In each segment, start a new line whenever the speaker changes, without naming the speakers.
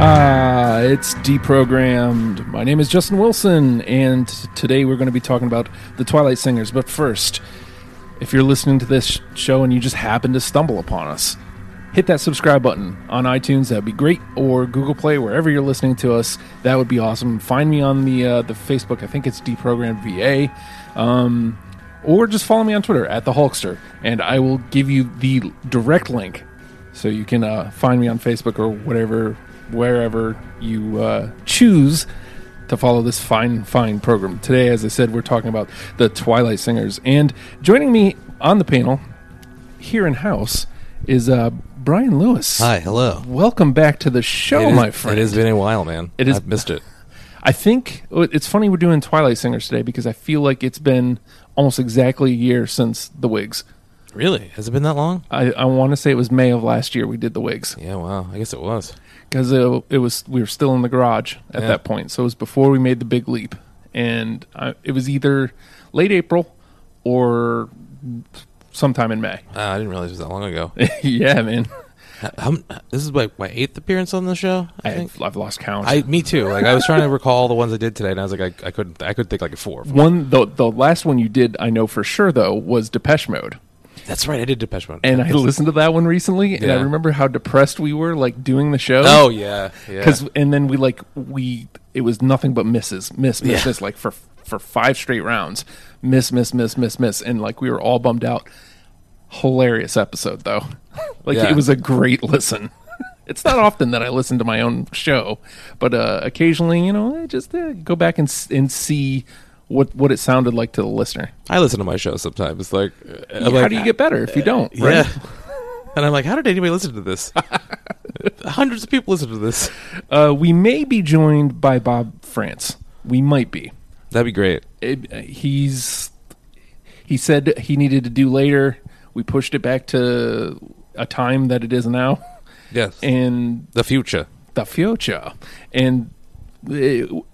Uh, It's deprogrammed. My name is Justin Wilson, and today we're going to be talking about the Twilight Singers. But first, if you're listening to this show and you just happen to stumble upon us, hit that subscribe button on iTunes. That'd be great, or Google Play, wherever you're listening to us. That would be awesome. Find me on the uh, the Facebook. I think it's deprogrammed VA. Um, or just follow me on Twitter at the Hulkster, and I will give you the direct link so you can uh, find me on Facebook or whatever, wherever you uh, choose to follow this fine, fine program. Today, as I said, we're talking about the Twilight Singers, and joining me on the panel here in house is uh, Brian Lewis.
Hi, hello.
Welcome back to the show,
It is-
my friend.
It has been a while, man.
It is-
I've missed it.
I think oh, it's funny we're doing Twilight Singers today because I feel like it's been almost exactly a year since the Wigs.
Really? Has it been that long?
I, I want to say it was May of last year we did the Wigs
Yeah, wow. I guess it was.
because it, it was we were still in the garage at
Yeah.
that point, so it was before we made the big leap, and I, it was either late April or sometime in May.
Uh, I didn't realize it was that long ago.
yeah, man,
How- how m- this is like my eighth appearance on the show. I,
I,
think.
I've lost count.
I me too. Like I was trying to recall the ones I did today, and I was like, I, I couldn't. I could think like four.
one the the last one you did, I know for sure though, was Depeche Mode.
That's right. I did Depeche Mode.
and I listened to that one recently, and I
Yeah.
remember how depressed we were, like doing the show.
oh yeah, yeah.
because and then we like we it was nothing but misses, miss, miss,
Yeah.
miss, like for for five straight rounds, miss, miss, miss, miss, miss, and like we were all bummed out. Hilarious episode though, like
Yeah.
it was a great listen. It's not often that I listen to my own show, but uh, occasionally, you know, I just uh, go back and s- and see what what it sounded like to the listener.
I listen to my show sometimes. Like, I'm
how
like,
do you get better if you don't?
Yeah. And I'm like, how did anybody listen to this? Hundreds of people listen to this.
Uh, we may be joined by Bob France. We might be.
That'd be great.
It, he's he said he needed to do later. We pushed it back to a time that it is now,
Yes.
and
the future.
the future. And uh,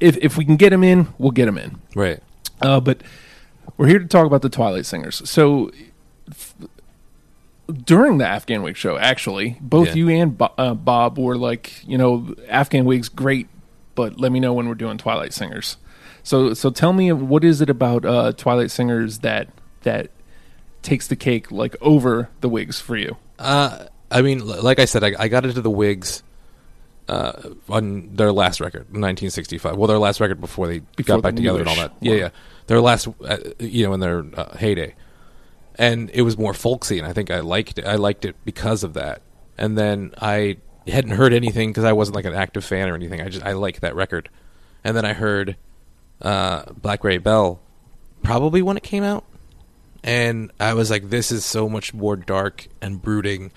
if if we can get him in, we'll get him in.
Right.
Uh, but we're here to talk about the Twilight Singers. So f- during the Afghan Wig show, actually, both
Yeah.
you and Bo- uh, Bob were like, you know, Afghan Wig's great, but let me know when we're doing Twilight Singers. So, so tell me, what is it about uh, Twilight Singers that that takes the cake, like over the Wigs for you?
Uh, I mean, l- like I said, I, I got into the Wigs uh, on their last record, 1965. Well, their last record before they
Before
got back
the
together and all
newish
that. Yeah,
one.
yeah. Their last, uh, you know, in their uh, heyday, and it was more folksy, and I think I liked it. I liked it because of that. And then I hadn't heard anything because I wasn't like an active fan or anything. I just I liked that record, and then I heard uh, Black Ray Bell probably when it came out and I was like, "This is so much more dark and brooding,"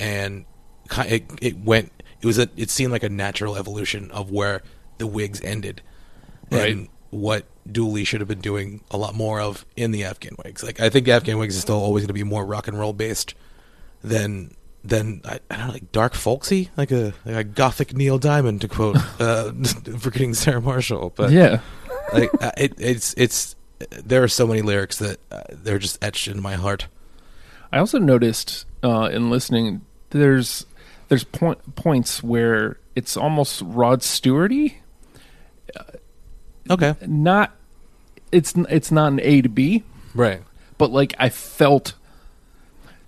and ki- it it went. It was a. It seemed like a natural evolution of where the Whigs ended,
Right.
And what Dooley should have been doing a lot more of in the Afghan Whigs. Like I think Afghan Whigs is still always going to be more rock and roll based than than I, I don't know, like dark folksy, like a like a gothic Neil Diamond to quote uh, forgetting Sarah Marshall, but
yeah,
like uh, it, it's it's there are so many lyrics that uh, they're just etched in my heart.
I also noticed uh, in listening, there's there's point, points where it's almost Rod Stewarty
Okay,
not it's it's not an A to B,
right.
but like I felt.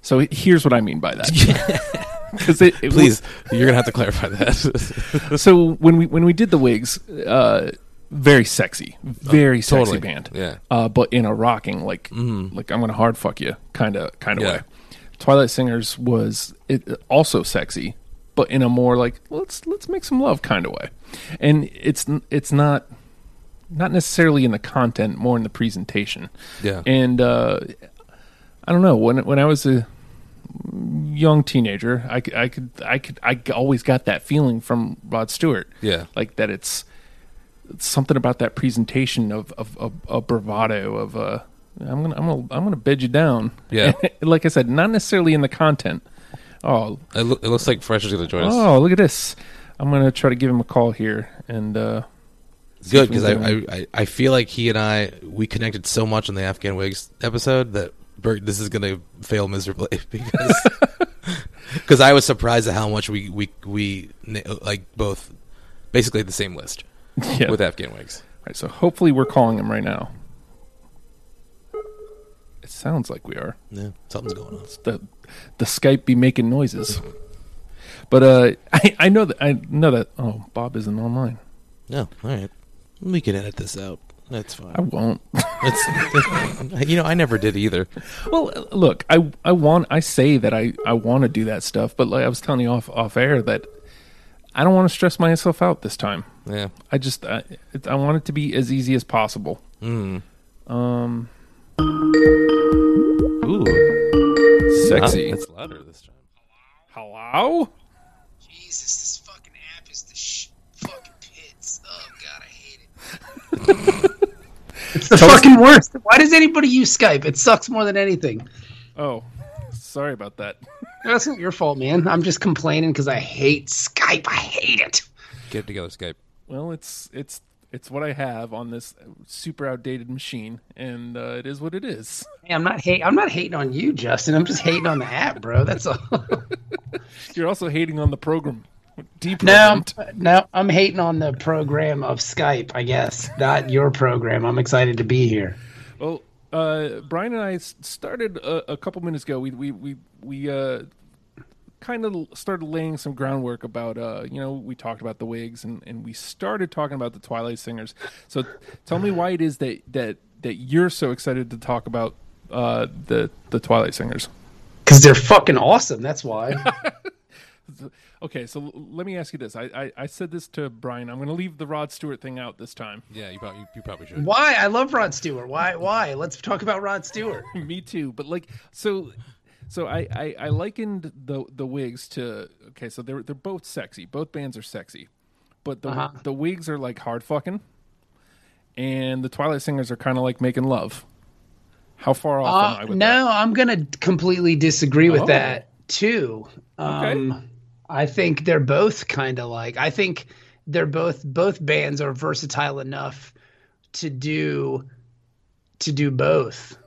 So here's what I mean by that. 'Cause it, it
Please, you're gonna have to clarify that.
was- so when we when we did the wigs, uh, very sexy, very sexy
totally.
band.
Yeah.
Uh, but in a rocking like
Mm-hmm.
like I'm gonna hard fuck you kind of kind of
Yeah.
way. Twilight Singers was it, also sexy, but in a more like let's let's make some love kind of way, and it's n- it's not not necessarily in the content, more in the presentation.
Yeah.
And uh, I don't know when when I was a young teenager, I, c- I could I could I g- always got that feeling from Rod Stewart.
Yeah.
like that it's, it's something about that presentation of of, of, of bravado of uh, I'm gonna I'm gonna I'm gonna bed you down.
Yeah.
like I said, not necessarily in the content. Oh,
it, loo- it looks like Fresh is gonna join us.
oh, look at this. I'm gonna try to give him a call here and. uh if
Good
we
because I,
can-
I I- I feel like he and I we connected so much on the Afghan Wigs episode that Bert, this is gonna fail miserably because because I was surprised at how much we we we na- like both basically the same list
Yeah.
with Afghan Wigs.
Right, so hopefully we're calling him right now. It sounds like we are.
Yeah, something's going on.
It's the the Skype be making noises. But uh, I, I know that I know that. Oh, Bob isn't online.
No, all right, we can edit this out. That's fine.
I won't.
It's, you know, I never did either.
Well, uh, look, I I want I say that I I want to do that stuff, but like I was telling you off off air that I don't want to stress myself out this time.
Yeah.
I just I, it, I want it to be as easy as possible.
Mm.
Ooh, sexy.
It's louder this time.
Hello.
Jesus, this fucking app is the sh- fucking pits. Oh god, I hate it. it's the fucking worst. Why does anybody use Skype? It sucks more than anything.
Oh, sorry about that.
That's not your fault, man. I'm just complaining because I hate Skype. I hate it.
Get it together, Skype.
Well, it's it's it's what I have on this super outdated machine, and uh, it is what it is.
Hey, I'm not hate. I'm not hating on you, Justin. I'm just hating on the app, bro. That's all.
You're also hating on the program.
no,
Deprogrammed.
no, I'm hating on the program of Skype. I guess not your program. I'm excited to be here.
Well, uh, Brian and I s- started a, a couple minutes ago. We we we we uh, kind of started laying some groundwork about uh, you know we talked about the wigs and and we started talking about the Twilight Singers. So tell me why it is that that that you're so excited to talk about uh, the the Twilight Singers.
Because they're fucking awesome. That's why.
Okay, so l- let me ask you this. I, I, I said this to Brian. I'm going to leave the Rod Stewart thing out this time.
Yeah, you probably, you probably should.
Why? I love Rod Stewart. Why? Why? Let's talk about Rod Stewart.
Me too. But like, so, so I, I, I likened the the wigs to okay. So they're they're both sexy. Both bands are sexy, but the
Uh-huh.
the wigs are like hard fucking, and the Twilight Singers are kind of like making love. How far off am I
Uh,
with that?
no, I'm going to completely disagree with
Oh.
that too. Um, I think they're both kind of like. I think they're both both bands are versatile enough to do to do both.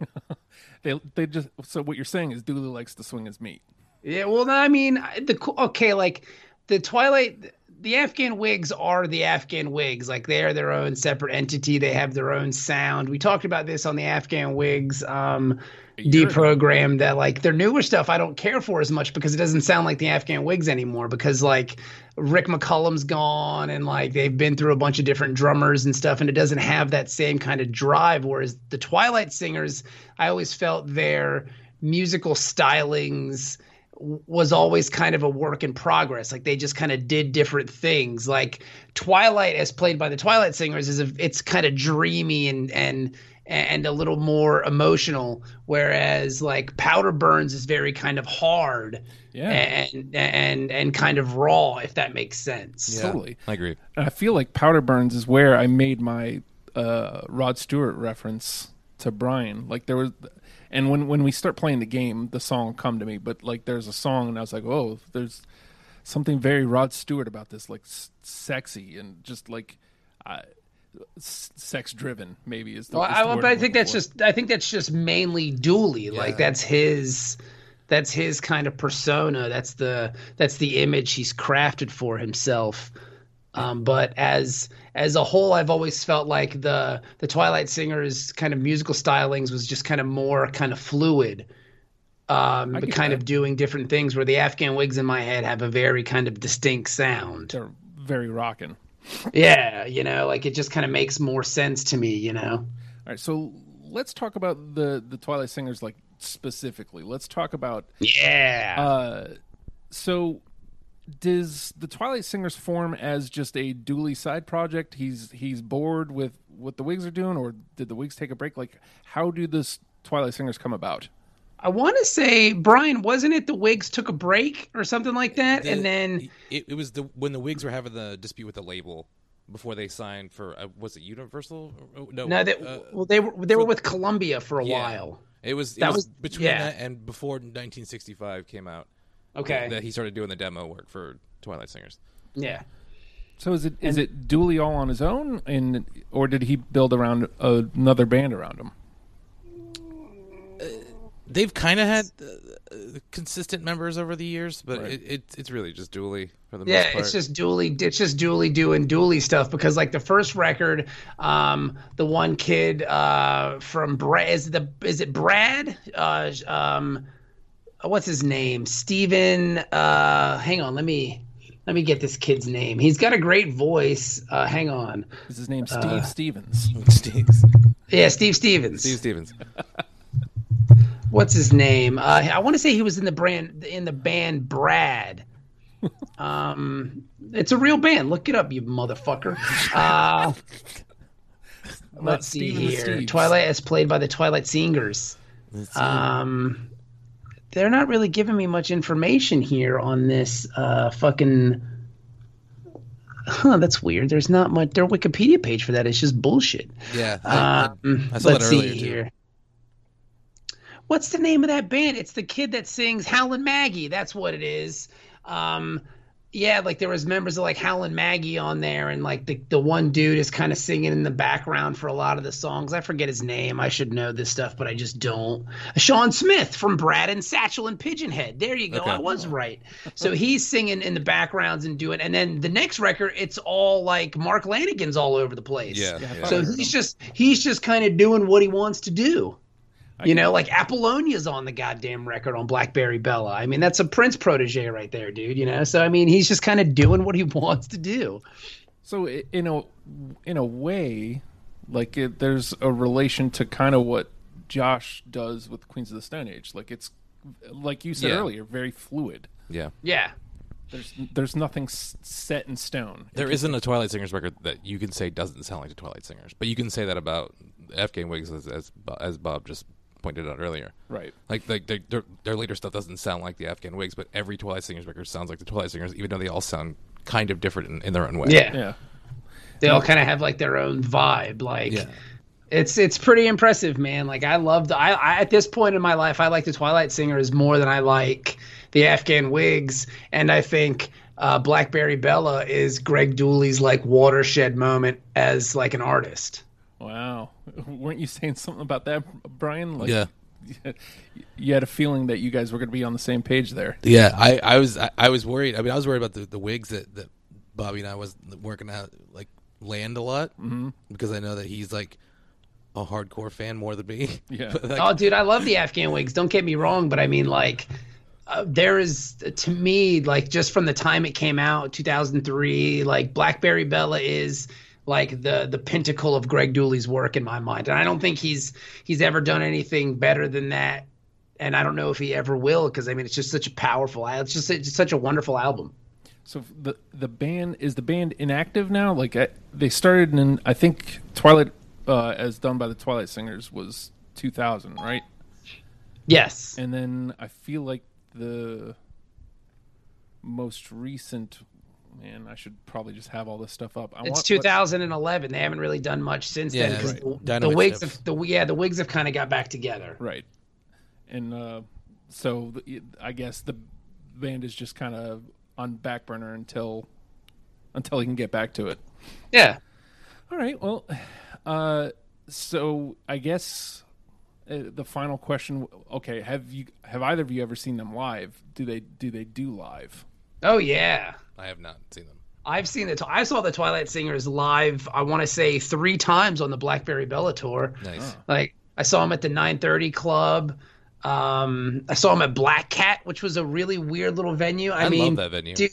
They they just so what you're saying is Dooley likes to swing his meat.
Yeah, well, I mean, I- the co- okay, like the Twilight, the Afghan Wigs are the Afghan Wigs. Like they are their own separate entity. They have their own sound. We talked about this on the Afghan Wigs um,
year ago.
deprogram that like their newer stuff I don't care for as much because it doesn't sound like the Afghan Wigs anymore because like Rick McCullum's gone and like they've been through a bunch of different drummers and stuff and it doesn't have that same kind of drive. Whereas the Twilight Singers, I always felt their musical stylings was always kind of a work in progress. Like they just kind of did different things. Like Twilight, as played by the Twilight Singers, is a, it's kind of dreamy and and and a little more emotional. Whereas like Powder Burns is very kind of hard
Yeah.
and and and kind of raw, if that makes sense.
Yeah,
Totally.
I agree.
And I feel like Powder Burns is where I made my uh, Rod Stewart reference to Brian. Like there was, and when when we start playing the game, the song come to me. But like there's a song, and I was like, oh, there's something very Rod Stewart about this, like s- sexy and just like. Uh, sex driven maybe is the,
Well,
is
I,
the word
but I
I'm looking
think that's
for.
just I think that's just mainly Dooley. Like that's his that's his kind of persona. That's the that's the image he's crafted for himself. Um, but as as a whole, I've always felt like the the Twilight Singers kind of musical stylings was just kind of more kind of fluid, um, but
get
kind
that.
of doing different things. Where the Afghan wigs in my head have a very kind of distinct sound.
they're very rocking
Yeah, you know, like it just kind of makes more sense to me. You know.
All right, so let's talk about the the Twilight Singers like specifically. Let's talk about
Yeah.
Uh, so does the Twilight Singers form as just a Dooley side project? He's he's bored with what the Wigs are doing, or did the Wigs take a break? Like, how do this Twilight Singers come about?
I want to say, Brian, wasn't it the Whigs took a break or something like that? and then,
it, it was the when the Whigs were having the dispute with the label before they signed for uh, was it Universal? Oh, no,
no, that
uh,
well, they were they were with Columbia for a while.
it was. It
that
was,
was-
between
yeah.
that and before 1965 came out.
Okay,
that he started doing the demo work for Twilight Singers.
yeah.
So is it is it Dooley all on his own, and or did he build around another band around him?
They've kind of had uh, uh, consistent members over the years, but
Right.
it, it, it's really just Dooley for the most
Yeah,
part.
it's just Dooley. It's just Dooley doing Dooley stuff because, like, the first record, um, the one kid uh, from Brad is the is it Brad? Uh, um, what's his name? Steven Uh, hang on, let me let me get this kid's name. He's got a great voice. Uh, hang on,
Is his name Steve Stevens?
Steve,
yeah, Steve Stevens.
Steve Stevens.
what's his name? Uh, I want to say he was in the brand in the band Brad. Um, it's a real band. Look it up, you motherfucker. Uh, let's see
Steven the
here.
Steves.
Twilight is played by the Twilight Singers. Um, they're not really giving me much information here on this uh, fucking. Huh, that's weird. There's not much. Their Wikipedia page for that is just bullshit.
Yeah, I, I- mm,
Um,
I saw that
let's see
earlier, too.
here. What's the name of that band? It's the kid that sings Howlin' Maggie. That's what it is. Um, yeah, like there was members of like Howlin' Maggie on there, and like the the one dude is kind of singing in the background for a lot of the songs. I forget his name. I should know this stuff, but I just don't. Sean Smith from Brad and Satchel and Pigeonhead. There you go.
Okay.
I was right. So he's singing in the backgrounds and doing. And then the next record, it's all like Mark Lanigan's all over the place.
yeah, yeah.
fuck.
So he's just he's just kind of doing what he wants to do. You know, like Apollonia's on the goddamn record on Blackberry Bella. I mean, that's a Prince protege right there, dude. You know, so I mean, he's just kind of doing what he wants to do.
So i- in a in a way, like it, there's a relation to kind of what Josh does with Queens of the Stone Age. Like it's like you said
Yeah.
earlier, very fluid.
yeah.
Yeah,
There's there's nothing s- set in stone.
There isn't a Twilight Singers record that you can say doesn't sound like the Twilight Singers, but you can say that about F. Game Wigs as, as Bo- as Bob just pointed out earlier.
Right.
Like like their, their their later stuff doesn't sound like the Afghan Wigs, but every Twilight Singers record sounds like the Twilight Singers, even though they all sound kind of different in, in their own way.
yeah.
Yeah.
They all kind of have like their own vibe. Like,
Yeah.
it's it's pretty impressive, man. Like, I love the. I, I at this point in my life, I like the Twilight Singers more than I like the Afghan Wigs, and I think. Uh, Blackberry Bella is Greg Dooley's like watershed moment as like an artist.
Wow. Weren't you saying something about that, Brian? Like,
Yeah.
You had a feeling that you guys were going to be on the same page there.
Yeah, I, I was I, I was worried. I mean, I was worried about the, the wigs that, that Bobby and I was working out like land a lot mm-hmm. because I know that he's like a hardcore fan more than me.
Yeah.
But, like,
Oh, dude, I love the Afghan wigs. Don't get me wrong, but I mean, like, uh, there is to me, like, just from the time it came out, 2003, like, Blackberry Bella is like the the pinnacle of Greg Dooley's work in my mind, and I don't think he's he's ever done anything better than that. And I don't know if he ever will, because I mean, it's just such a powerful. al- It's just it's just such a wonderful album.
So f- the the band is the band inactive now. Like I, they started in I think Twilight, uh, as done by the Twilight Singers, was 2000, right?
Yes.
And then I feel like the most recent. Man, I should probably just have all this stuff up. I
It's
want-
2011. They haven't really done much since
Yeah,
then. 'cause
right.
The, the
Dynamite
wigs,
stuff.
have, the yeah, the wigs have kind of got back together.
Right. And uh, so the, I guess the band is just kind of on back burner until until he can get back to it.
Yeah.
All right. Well, uh, so I guess uh, the final question. Okay, have you have either of you ever seen them live? Do they do they do live?
Oh yeah.
I have not seen them.
I've seen the. I saw the Twilight Singers live. I want to say three times on the Blackberry Bella tour.
Nice.
Like I saw him at the 9:30 Club. Um, I saw him at Black Cat, which was a really weird little venue. I,
I love
mean,
that venue.
dude,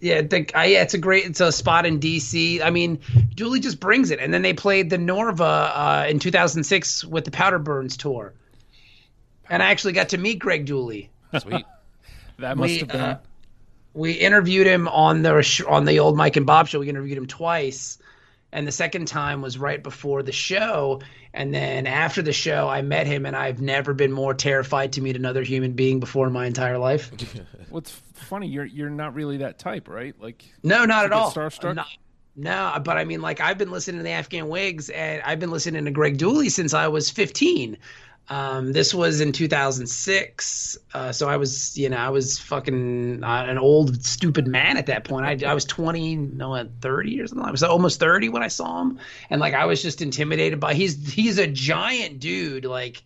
yeah, the, I, yeah, it's a great. It's a spot in DC. I mean, Dooley just brings it. And then they played the Norva uh, in 2006 with the Powder Burns tour. And I actually got to meet Greg Dooley.
Sweet.
That must
We,
have been.
uh, we interviewed him on the sh- on the old Mike and Bob show. We interviewed him twice, and the second time was right before the show. And then after the show, I met him, and I've never been more terrified to meet another human being before in my entire life.
what's funny? You're you're not really that type, right? Like
No, not at
get
all.
starstruck?
No, no, but I mean, like I've been listening to the Afghan Wigs, and I've been listening to Greg Dooley since I was 15. Um, this was in 2006, uh, so I was, you know, I was fucking uh, an old stupid man at that point. I, I was 20, no, uh, 30 or something. I was almost 30 when I saw him, and like I was just intimidated by. He's he's a giant dude, like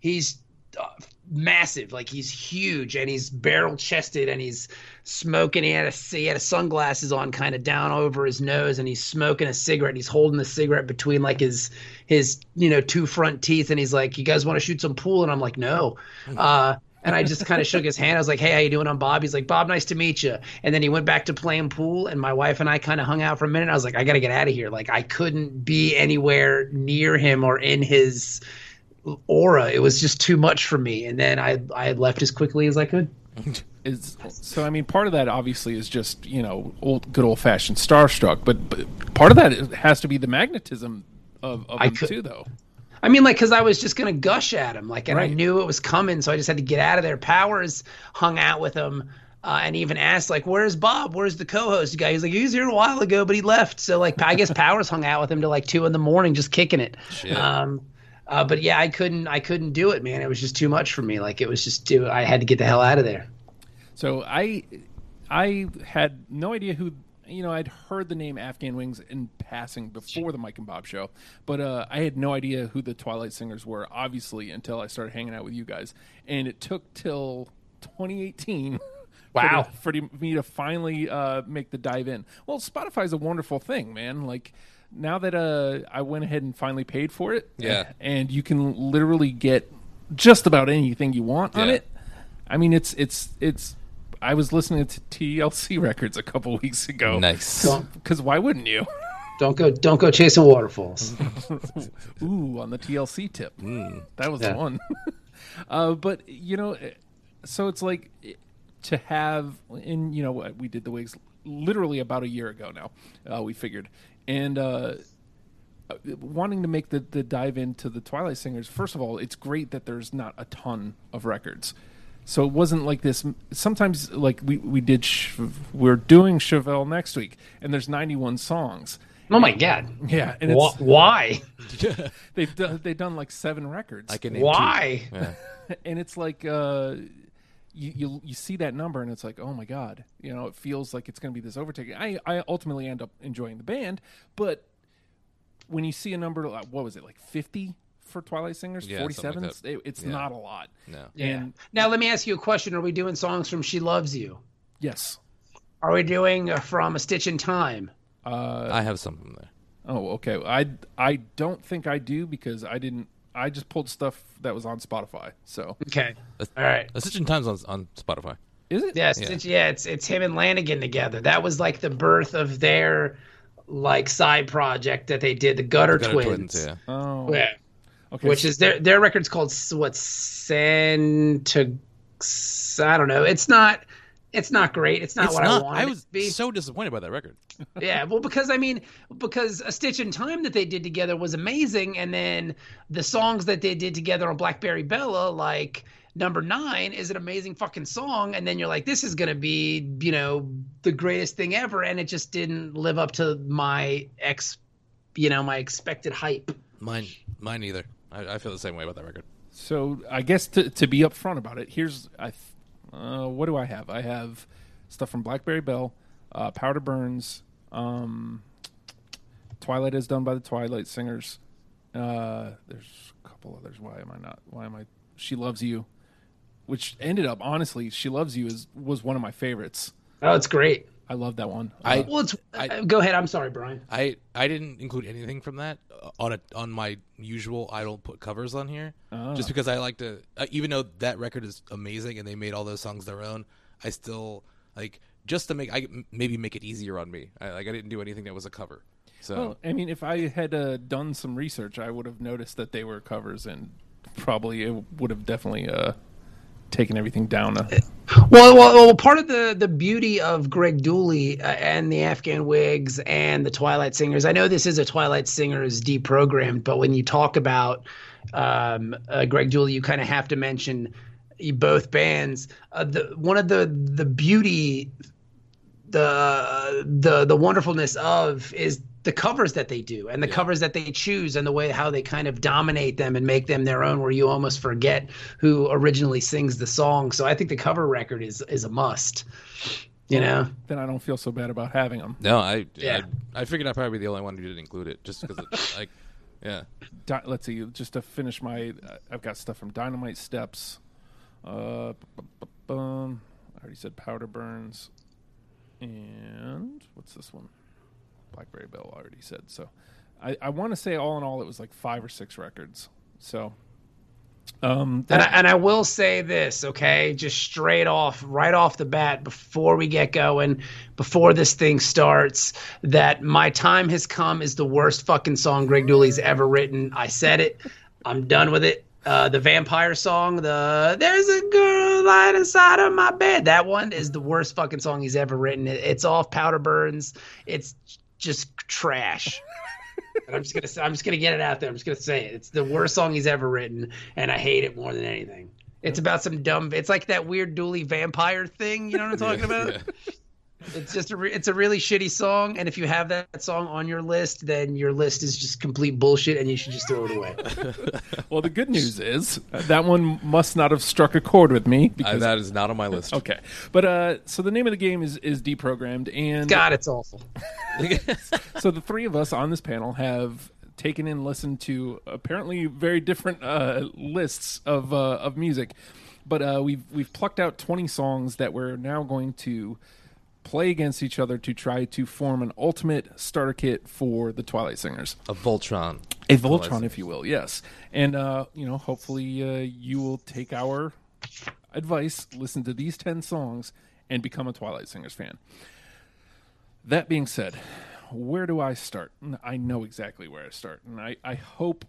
he's uh, massive. Like he's huge and he's barrel chested and he's smoking. He had a he had a sunglasses on, kind of down over his nose, and he's smoking a cigarette. And he's holding the cigarette between like his his you know two front teeth, and he's like, "You guys want to shoot some pool?" And I'm like, "No." Uh, and I just kind of shook his hand. I was like, "Hey, how you doing?" I'm Bob. He's like, "Bob, nice to meet you." And then he went back to playing pool, and my wife and I kind of hung out for a minute. I was like, "I got to get out of here." Like I couldn't be anywhere near him or in his aura. It was just too much for me. And then I I left as quickly as I could.
Is so. I mean, part of that obviously is just you know old good old fashioned starstruck, but, but part of that has to be the magnetism of, of
I
him
could-
too, though.
I mean, like, because I was just gonna gush at him, like, and I
Right.
knew it was coming, so I just had to get out of there. Powers hung out with him, uh, and even asked, like, "Where's Bob? Where's the co-host guy?" He's like, "He was here a while ago, but he left." So, like, I guess Powers hung out with him till like two in the morning, just kicking it. Um, uh, but yeah, I couldn't, I couldn't do it, man. It was just too much for me. Like, it was just too. I had to get the hell out of there.
So I I had no idea who you know I'd heard the name Afghan Wings in passing before the Mike and Bob show, but uh, I had no idea who the Twilight Singers were obviously until I started hanging out with you guys, and it took till 2018. for
Wow.
the- for, the- me to finally uh, make the dive in. Well, Spotify's a wonderful thing, man. Like now that uh, I went ahead and finally paid for it,
Yeah.
and you can literally get just about anything you want on
Yeah.
it. I mean, it's it's it's. I was listening to TLC records a couple weeks ago.
Oh. Nice.
Because why wouldn't you?
Don't go, don't go chasing waterfalls.
Ooh, on the TLC tip. That was
Yeah.
the one. uh, but you know, eh, so it's like eh, to have, and you know, what we did the wigs literally about a year ago now. Uh, we figured, and uh, wanting to make the, the dive into the Twilight Singers, first of all, it's great that there's not a ton of records. So it wasn't like this. Sometimes, like we we did, Ch- we're doing Chevelle next week, and there's 91 songs.
Oh my god,
Yeah, and it's,
Wh- why?
they've done, they've done like seven records.
I can name two.
Why?
Yeah.
and it's like uh you, you you see that number and it's like oh my god you know it feels like it's going to be this overtaking i i ultimately end up enjoying the band but when you see a number like, what was it like 50 for twilight singers
Yeah, something
47
like that.
it, it's
Yeah.
not a lot
No.
and
Now let me ask you a question: Are we doing songs from "She Loves You"?
yes
Are we doing uh, from "A Stitch in Time"?
I have something there.
oh okay i i don't think i do because i didn't i just pulled stuff that was on spotify so
Okay,
That's-
all right.
That's Stitch in Time's on, on Spotify.
is it
Yes, it's, yeah, it's it's him and Lanigan together. That was like the birth of their like side project that they did, the Gutter,
Gutter
Twins.
Twins, yeah.
oh
Yeah.
okay
Which is their their record's called S- what Santa I don't know. It's not it's not great. It's not
It's
what
not-
I wanted
I
it
was
to be.
so disappointed by that record.
yeah, well, because I mean, because a Stitch in Time that they did together was amazing, and then the songs that they did together on Blackberry Bella, like number nine, is an amazing fucking song, and then you're like, this is gonna be, you know, the greatest thing ever, and it just didn't live up to my ex, you know, my expected hype.
Mine, mine either. I, I feel the same way about that record.
So I guess to, to be upfront about it, here's I, th- uh, what do I have? I have stuff from Blackberry Bell, uh, Power to Burns, um, Twilight is done by the Twilight Singers. Uh, there's a couple others. Why am I not? Why am I? She loves you, which ended up honestly, she loves you is was one of my favorites.
Oh, it's great.
I love that one.
I-
Uh,
Well, it's
I-
go ahead. I'm sorry, Brian.
I I didn't include anything from that uh, on a, on my usual. I don't put covers on here just because I like to. Uh, even though that record is amazing and they made all those songs their own, I still like just to make I m- maybe make it easier on me. I, like I didn't do anything that was a cover. So
well, I mean, if I had uh, done some research, I would have noticed that they were covers, and probably it would have definitely uh, taken everything down. uh, A,
Well, well, well, part of the the beauty of Greg Dooley uh, and the Afghan Wigs and the Twilight Singers. I know this is a Twilight Singers deprogrammed, but when you talk about um, uh, Greg Dooley, you kind of have to mention y- both bands. Uh, the one of the the beauty the the the wonderfulness of is the covers that they do and the covers that they choose and the way how they kind of dominate them and make them their own where you almost forget who originally sings the song so i think the cover record is is a must you know
then I don't feel so bad about having them.
no, I,
Yeah.
I I figured I'd probably be the only one who didn't include it just because like Yeah.
Di- let's see, just to finish my, uh, I've got stuff from Dynamite Steps. Uh, bu- bu- bu- bum. I already said Powder Burns, and what's this one? Blackberry Bill. I already said so. I, I want to say all in all, it was like five or six records. So, um,
And I, and I will say this, okay, just straight off, right off the bat, before we get going, before this thing starts, that My Time Has Come is the worst fucking song Greg Dooley's ever written. I said it. I'm done with it. Uh, the vampire song, the There's a Girl Lying Inside of My Bed, that one is the worst fucking song he's ever written. It- it's off Powder Burns. It's just trash. And I'm just gonna say- I'm just gonna get it out there. I'm just gonna say it. It's the worst song he's ever written, and I hate it more than anything. It's about some dumb. It's like that weird Dooley vampire thing. You know what I'm talking about?
Yeah.
It's just a. Re, it's a really shitty song, and if you have that song on your list, then your list is just complete bullshit, and you should just throw it away.
well, the good news is uh, that one must not have struck a chord with me
I,
because.
that is not on my list.
Okay, but uh, so the name of the game is is deprogrammed, and
God, it's awful.
so the three of us on this panel have taken and listened to apparently very different uh, lists of uh, of music, but uh, we've we've plucked out twenty songs that we're now going to play against each other to try to form an ultimate starter kit for the Twilight Singers,
A Voltron.
a Voltron, if you will. Yes, and uh, you know, hopefully uh, you will take our advice, listen to these ten songs, and become a Twilight Singers fan. That being said, where do I start? N- I know exactly where I start, and I, I hope,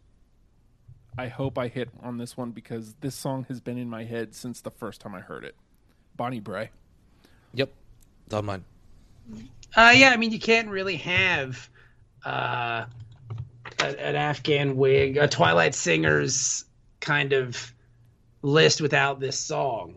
I hope I hit on this one because this song has been in my head since the first time I heard it. Bonnie Bray.
Yep. It's on mine.
Uh, yeah, I mean, you can't really have uh, a, an Afghan wig, a Twilight Singers kind of list without this song.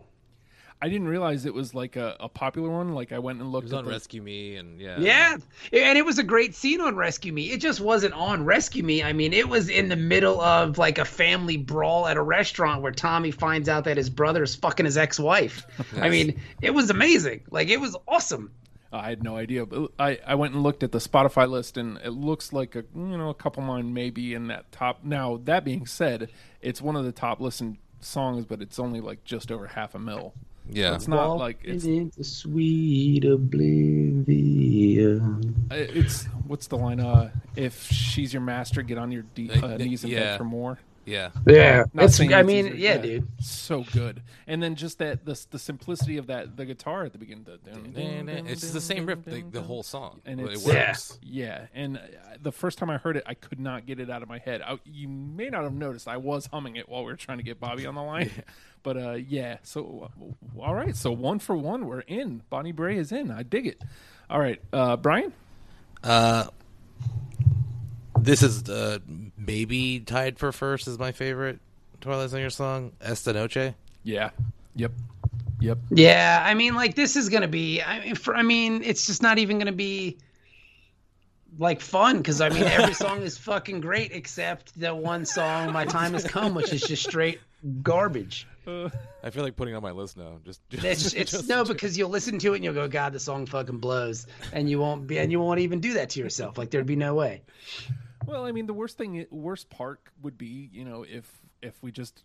I didn't realize it was like a, a popular one. Like I went and
It
looked
was
at
on
the-
Rescue Me and yeah.
Yeah, and it was a great scene on Rescue Me. It just wasn't on Rescue Me. I mean, it was in the middle of like a family brawl at a restaurant where Tommy finds out that his brother is fucking his ex-wife. I mean, it was amazing. Like it was awesome.
I had no idea. But I, I went and looked at the Spotify list, and it looks like a you know a couple mine maybe in that top. Now that being said, it's one of the top listened songs, but it's only like just over half a mil.
Yeah.
It's not like it's
into sweet oblivion.
Uh, It's what's the line? Uh, if she's your master, get on your de- uh,
th-
knees and
yeah.
beg for more.
Yeah.
Yeah,
Not
it's.
saying
I
it's
mean,
easier.
yeah, dude.
so good. And then just that the the simplicity of that the guitar at the beginning. The,
It's the same riff the, the whole song.
And
but
it's-
it works.
Yeah, and uh, the first time I heard it, I could not get it out of my head. I, you may not have noticed I was humming it while we were trying to get Bobby on the line, but uh, yeah. So uh, all right, so one for one, we're in. Bonnie Bray is in. I dig it. All right, uh, Brian.
This is uh, maybe tied for first is my favorite Twilight Singer song, Esta Noche.
Yeah. Yep. Yep.
Yeah, I mean, like this is gonna be. I mean, for, I mean, it's just not even gonna be like fun because I mean, every song is fucking great except the one song, "My Time Has Come," which is just straight garbage.
I feel like putting it on my list now. Just, just,
It's, it's
just-
no, because you'll listen to it and you'll go, "God, the song fucking blows," and you won't be, and you won't even do that to yourself. Like there'd be no way.
Well, I mean, the worst thing, worst part would be, you know, if if we just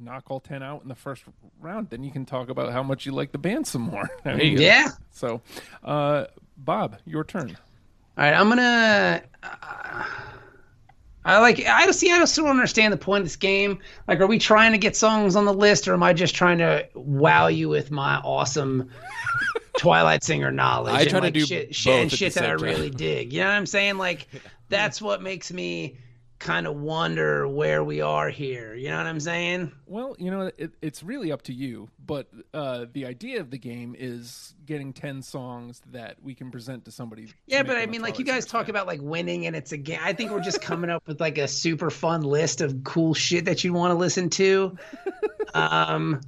knock all ten out in the first round, then you can talk about how much you like the band some more. I mean,
Yeah.
So, uh, Bob, your turn.
All right, I'm gonna. Uh, I like. I don't see. I just don't understand the point of this game. Like, are we trying to get songs on the list, or am I just trying to wow you with my awesome Twilight Singer knowledge?
I
and,
try to
like,
do
shit,
both
shit, and
at the
shit that I
same time.
really dig. You know what I'm saying? Like, that's what makes me kind of wonder where we are here. You know what I'm saying?
Well, you know, it, it's really up to you, but uh, the idea of the game is getting ten songs that we can present to somebody. to
Yeah,
make
but I
them a
mean, like you
Twilight
guys talk about like winning, and it's a game. I think we're just coming up with like a super fun list of cool shit that you want to listen to. Um,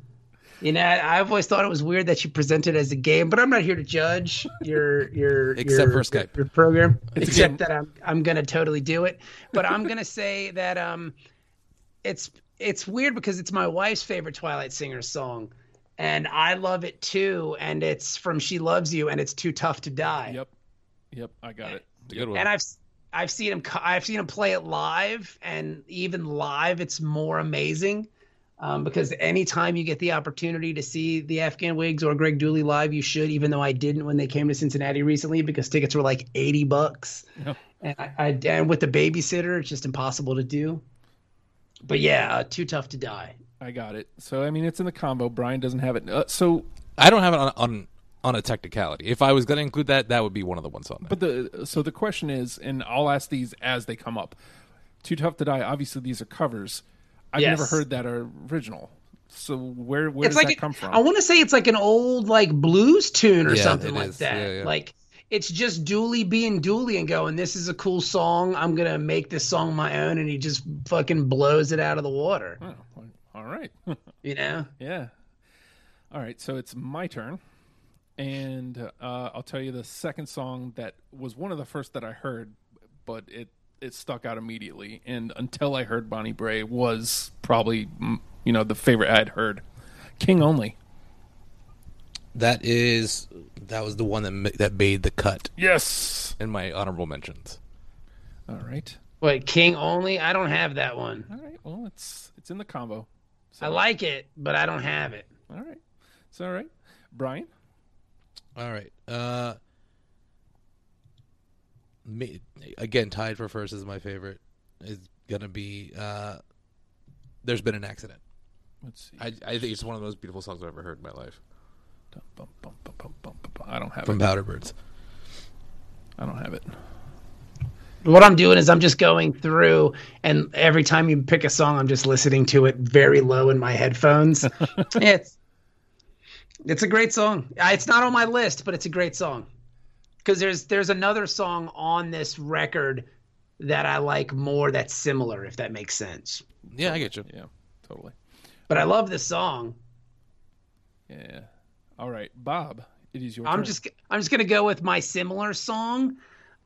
you know, I- I've always thought it was weird that you present it as a game, but I'm not here to judge your your
Except
your-
for Skype.
your program.
It's a
except
game.
that I'm I'm gonna totally do it, but I'm gonna say that um, it's it's weird because it's my wife's favorite Twilight Singer song. And I love it too, and it's from "She Loves You," and it's "Too Tough to Die."
Singers. Yep. Yep. I got it.
It's a good one.
and I've s- I've seen him. co- I've seen him play it live, and even live, it's more amazing. Um, because anytime you get the opportunity to see the Afghan Wigs or Greg Dooley live, you should. Even though I didn't when they came to Cincinnati recently, because tickets were like eighty bucks, and I, I and with the babysitter, it's just impossible to do. But yeah, uh, too tough to die.
I got it. So I mean, it's in the combo. Brian doesn't have it. Uh, so,
I don't have it on on, on a technicality. If I was going to include that, that would be one of the ones on there.
but the so the question is, and I'll ask these as they come up. Too tough to die. Obviously, these are covers. I've
Yes.
never heard that are original. So where where
it's
does
like
that come from?
I want to say it's like an old like blues tune or
Yeah,
something
it
like
is.
that.
Yeah, yeah.
Like it's just Dooley being Dooley and going, "This is a cool song. I'm gonna make this song my own," and he just fucking blows it out of the water.
Oh, all right.
You know?
Yeah. All right, so it's my turn. And uh, I'll tell you the second song that was one of the first that I heard, but it it stuck out immediately. And until I heard Bonnie Bray was probably mm, you know the favorite I'd heard. King only.
that is that was the one that ma- that made the cut
Yes.
in my honorable mentions.
All right.
Wait, King only? I don't have that one.
All right. Well, it's it's in the combo.
I like it, but I don't have it.
All right. It's all right. Brian.
All right. Uh, me, again, tied for first is my favorite. Is gonna be. Uh, There's been an accident.
Let's see.
I, I think it's one of the most beautiful songs I've ever heard in my life
Dum, bum, bum, bum, bum, bum, bum, bum. I don't have
from
it.
Powderbirds.
I don't have it.
What I'm doing is I'm just going through, and every time you pick a song, I'm just listening to it very low in my headphones. it's it's a great song. Uh, It's not on my list, but it's a great song. Because there's there's another song on this record that I like more that's similar, if that makes sense.
Yeah, I get you.
Yeah. Totally.
But I love this song.
Yeah. All right, Bob. It is your.
I'm
turn.
just I'm just gonna go with my similar song.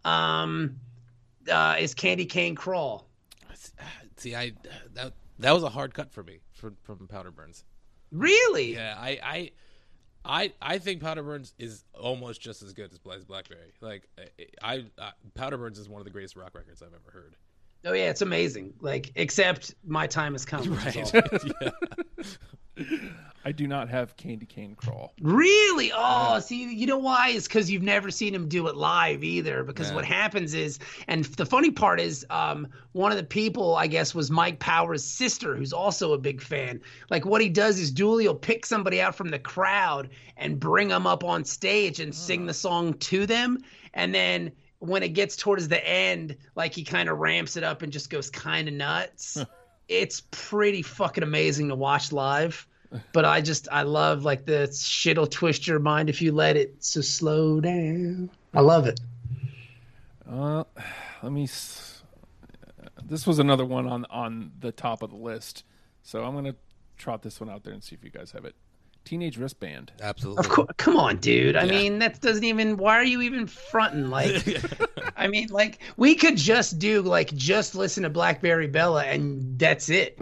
Um, uh, is Candy Cane Crawl.
uh, See, I that that was a hard cut for me from from Powderburns.
Really?
Yeah, I I I I think Powderburns is almost just as good as Blaze Blackberry. Like I, I Powderburns is one of the greatest rock records I've ever heard.
Oh yeah, it's amazing. Like, except my time has come. which is all.
yeah.
I do not have Candy Cane Crawl.
Really? Oh, see, you know why? It's because you've never seen him do it live either. Because
Yeah.
what happens is, and the funny part is, um, one of the people, I guess, was Mike Powers' sister, who's also a big fan. Like, what he does is Dooley will pick somebody out from the crowd and bring them up on stage and sing the song to them. And then when it gets towards the end, like, he kind of ramps it up and just goes kind of nuts. it's pretty fucking amazing to watch live. But I just I love like the shit'll twist your mind if you let it. So slow down. I love it.
Let me. S- uh, this was another one on on the top of the list, so I'm gonna trot this one out there and see if you guys have it. Teenage Wristband.
Uh,
Absolutely.
Of course, come on, dude. I mean, that doesn't even. Why are you even fronting? Like, I mean, like we could just do like just listen to Blackberry Bella and that's it.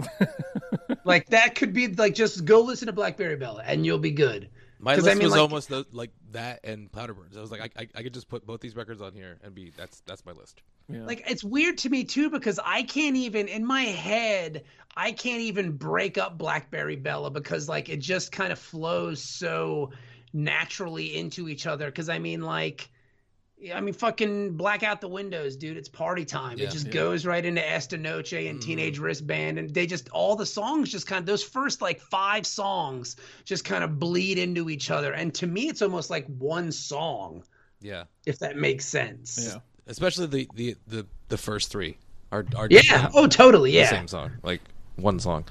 like that could be like just go listen to Blackberry Bella and you'll be good.
My
'Cause
list
I mean,
was
like-
almost the, like that and Powderburns. I was like, I, I, I could just put both these records on here and be that's that's my list.
Like it's weird to me too because I can't even in my head I can't even break up Blackberry Bella because like it just kind of flows so naturally into each other because I mean like I mean fucking black out the windows dude it's party time
Yeah. Mm-hmm.
it just goes right into Esta Noche and Teenage Wristband and they just all the songs just kind of those first like five songs just kind of bleed into each other and to me it's almost like one song
Yeah,
if that makes sense
Yeah.
especially the the the, the first three are are just
yeah oh totally yeah
the same song, like one song.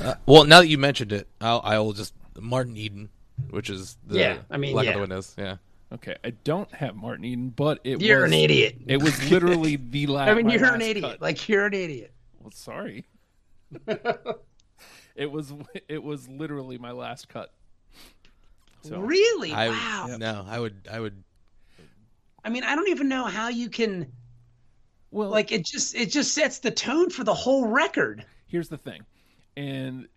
Uh, well, now that you mentioned it, I'll I'll just Martin Eden, which is the
Yeah, I mean,
Black Out
yeah.
the Windows. Yeah,
Okay, I don't have Martin Eden, but it
You're
was,
an idiot.
It was literally the last.
I mean,
my
you're an
last
idiot.
cut.
Like you're an idiot.
Well, sorry. it was it was literally my last cut. So
Really?
I
wow.
no, I would I would
I mean, I don't even know how you can
well,
like it just it just sets the tone for the whole record.
here's the thing, and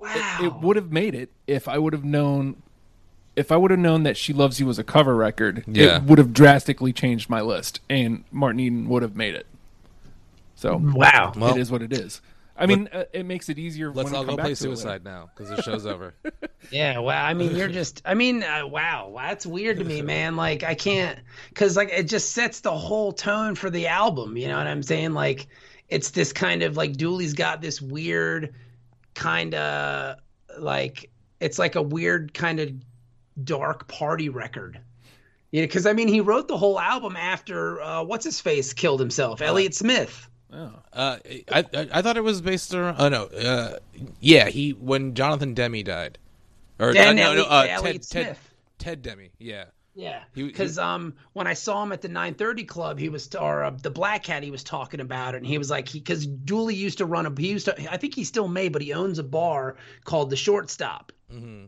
Wow.
it would have made it if I would have known if I would have known that "She Loves You" was a cover record,
Yeah.
it would have drastically changed my list, and Martin Eden would have made it. So
Wow.
Well,
it is what it is. I mean, uh, it makes it easier.
Let's
when we
all
come
go
back
play
to it later.
Suicide now because the show's over.
Yeah, well, I mean, you're just, I mean, uh, wow, wow, that's weird to me, man. Like, I can't, because, like, it just sets the whole tone for the album. You know what I'm saying? Like, it's this kind of, like, Dooley's got this weird kind of, like, it's like a weird kind of dark party record. You know, because, I mean, he wrote the whole album after, uh, what's his face killed himself? Elliot Smith.
Oh,
Uh, I, I I thought it was based around. Oh no, uh, yeah, he when Jonathan Demi died, or
Dan
uh, no, no,
Elliott-
uh, Ted,
Elliott
Ted
Smith.
Ted Demi, yeah,
Yeah,
He-
because um, when I saw him at the 930 Club, he was or uh, the Black Cat, he was talking about it, and he was like, he because Dooley used to run a, he used to, I think he still may, but he owns a bar called the Shortstop,
hmm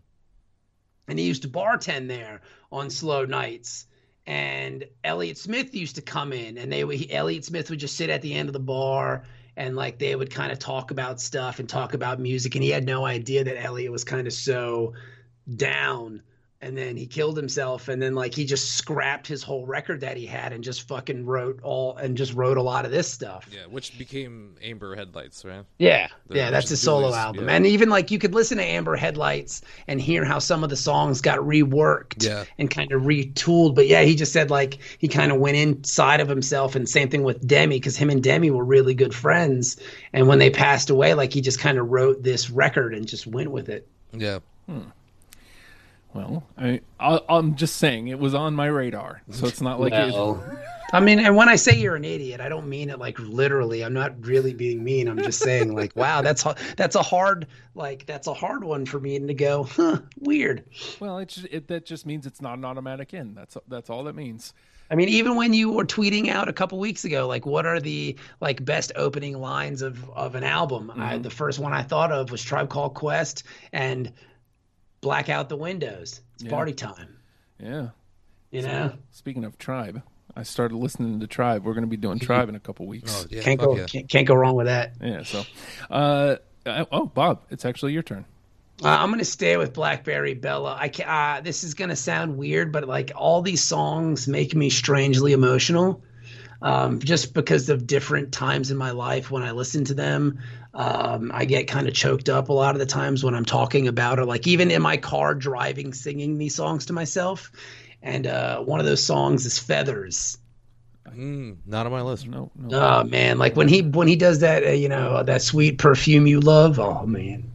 and he used to bartend there on slow nights. And Elliot Smith used to come in, and they would, he, Elliot Smith would just sit at the end of the bar, and like they would kind of talk about stuff and talk about music, and he had no idea that Elliot was kind of so down and then he killed himself and then like he just scrapped his whole record that he had and just fucking wrote all and just wrote a lot of this stuff
yeah, which became Amber Headlights, right?
yeah,
The-
yeah, that's
the
his solo
Dooley's,
album,
yeah.
and even like you could listen to Amber Headlights and hear how some of the songs got reworked
Yeah.
and kind of retooled. But yeah, he just said like he kind of went inside of himself, and same thing with Demi because him and Demi were really good friends, and when they passed away, like he just kind of wrote this record and just went with it.
Yeah,
Well, I, I, I'm just saying it was on my radar, so it's not like it-
I mean, and when I say you're an idiot, I don't mean it like literally. I'm not really being mean. I'm just saying like, wow, that's ha- that's a hard like that's a hard one for me to go. Huh, weird.
Well, it, ju- it that just means it's not an automatic in. That's that's all that means.
I mean, even when you were tweeting out a couple weeks ago, like what are the like best opening lines of of an album?
Mm-hmm.
I, the first one I thought of was Tribe Called Quest and Black Out the Windows. It's party time,
Yeah.
you know.
Speaking of Tribe, I started listening to Tribe. We're going to be doing Tribe in a couple weeks.
Oh, yeah,
Can't
fuck
go
yeah.
can't, can't go wrong with that.
Yeah. So, uh, I- oh, Bob, it's actually your turn.
Uh, I'm gonna stay with Blackberry Bella. I can, uh, this is gonna sound weird, but like all these songs make me strangely emotional, um, just because of different times in my life when I listen to them. Um, I get kind of choked up a lot of the times when I'm talking about, or like even in my car driving, singing these songs to myself. And uh, one of those songs is Feathers.
Mm, not on my list.
No, no.
Oh man, like when he when he does that, uh, you know that sweet perfume you love. Oh man.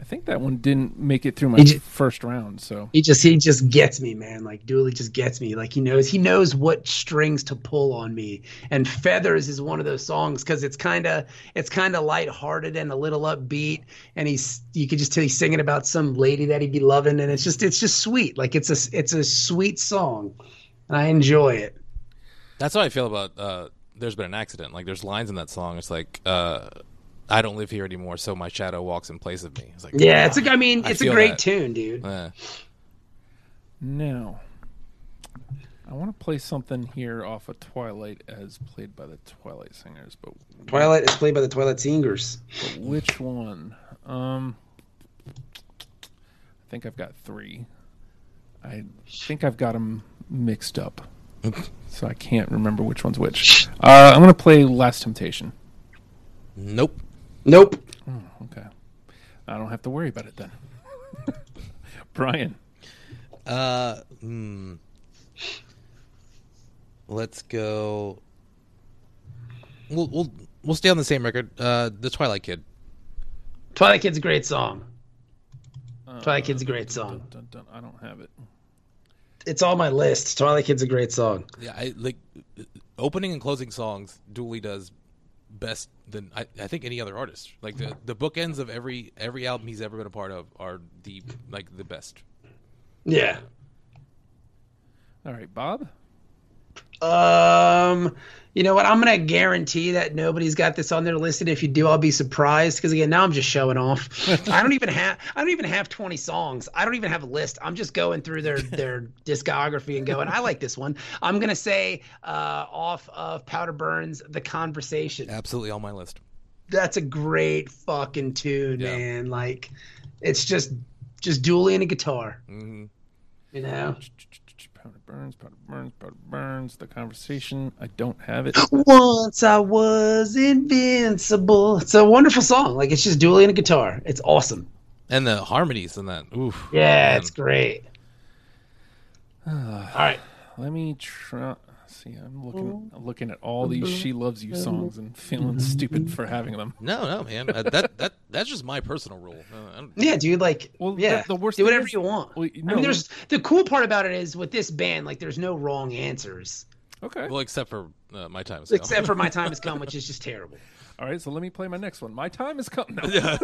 I think that one didn't make it through my
He ju-
first round. So,
He just he just gets me, man. Like Dooley just gets me. Like he knows he knows what strings to pull on me. And Feathers is one of those songs because it's kind of it's kind of lighthearted and a little upbeat. And he's you could just tell he's singing about some lady that he'd be loving, and it's just it's just sweet. Like it's a it's a sweet song, and I enjoy it.
That's how I feel about uh, There's Been an Accident. Like, there's lines in that song. It's like, uh, I don't live here anymore, so my shadow walks in place of me. It's like,
Yeah, it's a, I mean
I
it's a
feel
great
that.
tune, dude.
eh.
now, I want to play something here off of Twilight as played by the Twilight Singers, but
Twilight is played by the Twilight Singers.
Which one? Um, I think I've got three. I think I've got them mixed up, so I can't remember which one's which. Uh, I'm gonna play Last Temptation.
nope.
Nope.
Okay, I don't have to worry about it then. Brian,
Uh, hmm. Let's go. We'll, we'll we'll stay on the same record. Uh, the Twilight Kid.
Twilight Kid's a great song. Twilight Kid's a great song.
dun, dun, I don't have it.
It's on my list. Twilight Kid's a great song.
Yeah, I like opening and closing songs. Dooley does best than I, I think any other artist. Like the the bookends of every every album he's ever been a part of are the like the best.
Yeah.
All right, Bob.
Um, you know what? I'm gonna guarantee that nobody's got this on their list, and if you do, I'll be surprised. Because again, now I'm just showing off. I don't even have I don't even have 20 songs. I don't even have a list. I'm just going through their their discography and going, I like this one. I'm gonna say uh, off of Powder Burns, The Conversation.
Absolutely on my list.
That's a great fucking tune,
Yeah.
man. Like, it's just just dually and a guitar.
Mhm.
You know,
Powder burns, powder burns, powder burns. The conversation. I don't have it.
once I was invincible. It's a wonderful song. Like it's just dually and a guitar. It's awesome.
And the harmonies in that. Oof.
Yeah,
man.
it's great. All right.
Let me try. See, I'm looking
Oh.
I'm looking at all these
Mm-hmm.
"She Loves You" songs and feeling stupid for having them.
No, no, man. Uh, that that that's just my personal rule. Uh, I don't-
Yeah, dude. Like,
Well,
yeah,
the- the worst
do
thing
whatever
is-
you want.
well,
I
no,
mean, there's the cool part about it is with this band, like, there's no wrong answers
Okay.
well, except for uh, my time. Scale.
except for "My Time Has Come," which is just terrible.
All right. So let me play my next one. My time is coming. No.
Ugh,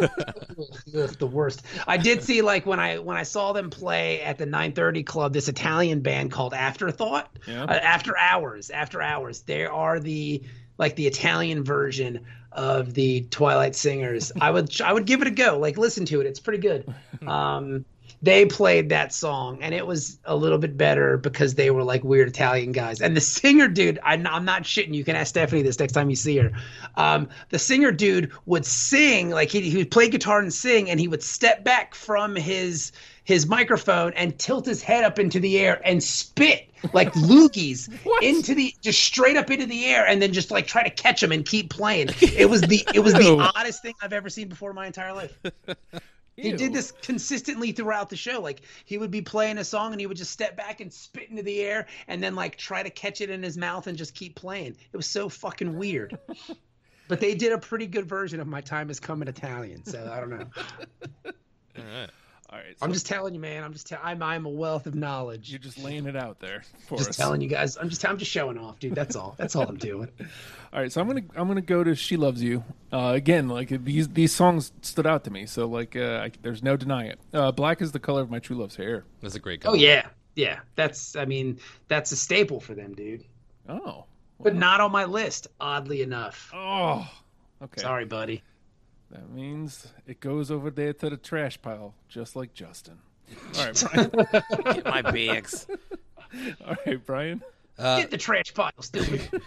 the worst. I did see like when I when I saw them play at the 9:30 club this Italian band called Afterthought.
Yeah.
Uh, after Hours, After Hours. They are the like the Italian version of the Twilight Singers. I would I would give it a go. Like listen to it. It's pretty good. Um they played that song and it was a little bit better because they were like weird Italian guys. And the singer dude, I, am not shitting. You can ask Stephanie this next time you see her. Um, the singer dude would sing like he he would play guitar and sing, and he would step back from his his microphone and tilt his head up into the air and spit like loogies into the just straight up into the air and then just like try to catch him and keep playing. It was the it was
Ew.
the oddest thing I've ever seen before in my entire life. He
Ew.
did this consistently throughout the show. Like he would be playing a song and he would just step back and spit into the air and then like try to catch it in his mouth and just keep playing. It was so fucking weird. but they did a pretty good version of My Time Is Coming Italian. So I don't know.
All right.
All right. So
I'm just telling you, man. I'm just tell I'm I'm a wealth of knowledge.
you're just laying it out there for
just
us.
telling you guys. I'm just I'm just showing off, dude. That's all. That's all I'm doing.
All right, so I'm gonna I'm gonna go to "She Loves You" uh, again. Like these these songs stood out to me, so like uh, I, there's no denying it. Uh, Black is the color of my true love's hair.
That's a great.
Oh
Color.
yeah. Yeah. That's I mean, that's a staple for them, dude.
Oh,
But not on my list, oddly enough.
oh, okay.
Sorry, buddy.
That means it goes over there to the trash pile, just like Justin. All right, Brian.
Get my bags.
All right, Brian.
Get the trash pile, stupid.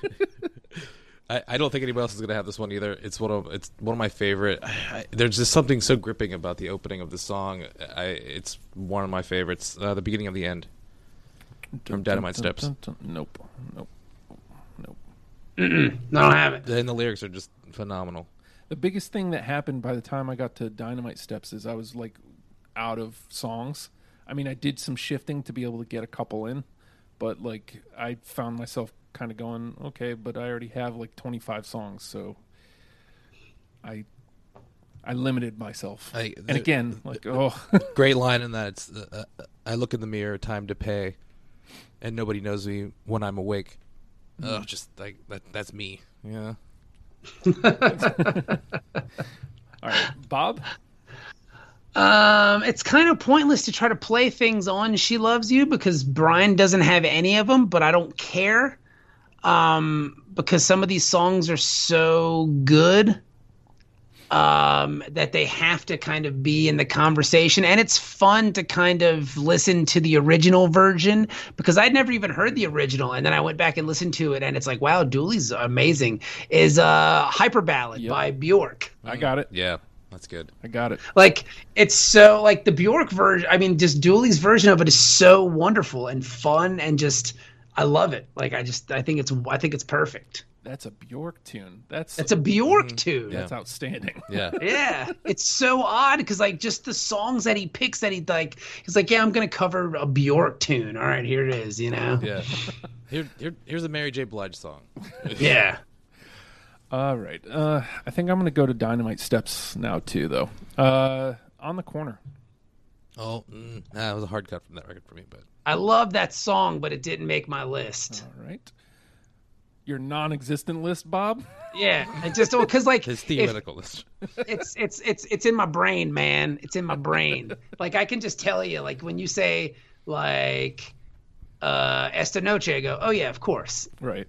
I, I don't think anybody else is gonna have this one either. It's one of it's one of my favorite. I, there's just something so gripping about the opening of the song. I it's one of my favorites. Uh, the beginning of the end. From Dynamite Steps.
Nope, nope, nope.
No, I don't have it.
And the lyrics are just phenomenal.
The biggest thing that happened by the time I got to Dynamite Steps is I was like out of songs. I mean, I did some shifting to be able to get a couple in, but like I found myself kind of going, okay, but I already have like 25 songs, so I I limited myself.
I-
and again, like oh,
Great line in that. It's uh, uh, I look in the mirror, time to pay, and nobody knows me when I'm awake. Oh, just like that. That's me. Yeah.
all right, Bob.
Um, it's kind of pointless to try to play things on She Loves You because Brian doesn't have any of them, but I don't care. Um, because some of these songs are so good um, that they have to kind of be in the conversation. And it's fun to kind of listen to the original version because I'd never even heard the original. And then I went back and listened to it, and it's like, wow, Dooley's amazing. Is uh, Hyper Ballad by Bjork.
Mm-hmm.
I got it.
Yeah. That's good.
I got it.
Like it's so like the Bjork version. I mean, just Dooley's version of it is so wonderful and fun and just I love it. Like I just I think it's I think it's perfect.
That's a Bjork tune. That's
It's a Bjork tune.
that's outstanding.
Yeah.
Yeah, it's so odd because like just the songs that he picks that he like he's like yeah I'm gonna cover a Bjork tune. All right, here it is. You know.
Yeah. Here, here, here's a Mary J. Blige song.
Yeah.
All right. Uh, I think I'm going to go to Dynamite Steps now too, though. Uh, on the corner.
Oh, mm, nah, it was a hard cut from that record for me, but
I love that song, but it didn't make my list.
All right. Your non-existent list, Bob.
Yeah, I just because like
his
if-
theoretical list.
it's it's it's it's in my brain, man. It's in my brain. like I can just tell you, like when you say like uh Esta Noche, I go, Oh yeah, of course.
Right.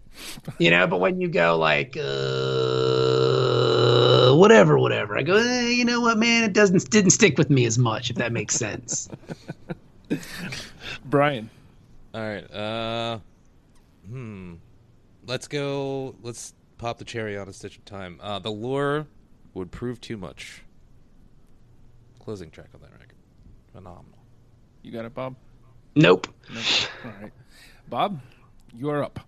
You know, but when you go like uh whatever, whatever, I go, eh, you know what, man, it doesn't didn't stick with me as much, if that makes sense.
Brian.
All right. Uh, hmm. Let's go. Let's pop the cherry on a stitch of time. Uh, the lure would prove too much. Closing track on that record. phenomenal.
You got it, Bob?
Nope.
Nope. All right. Bob, you are up.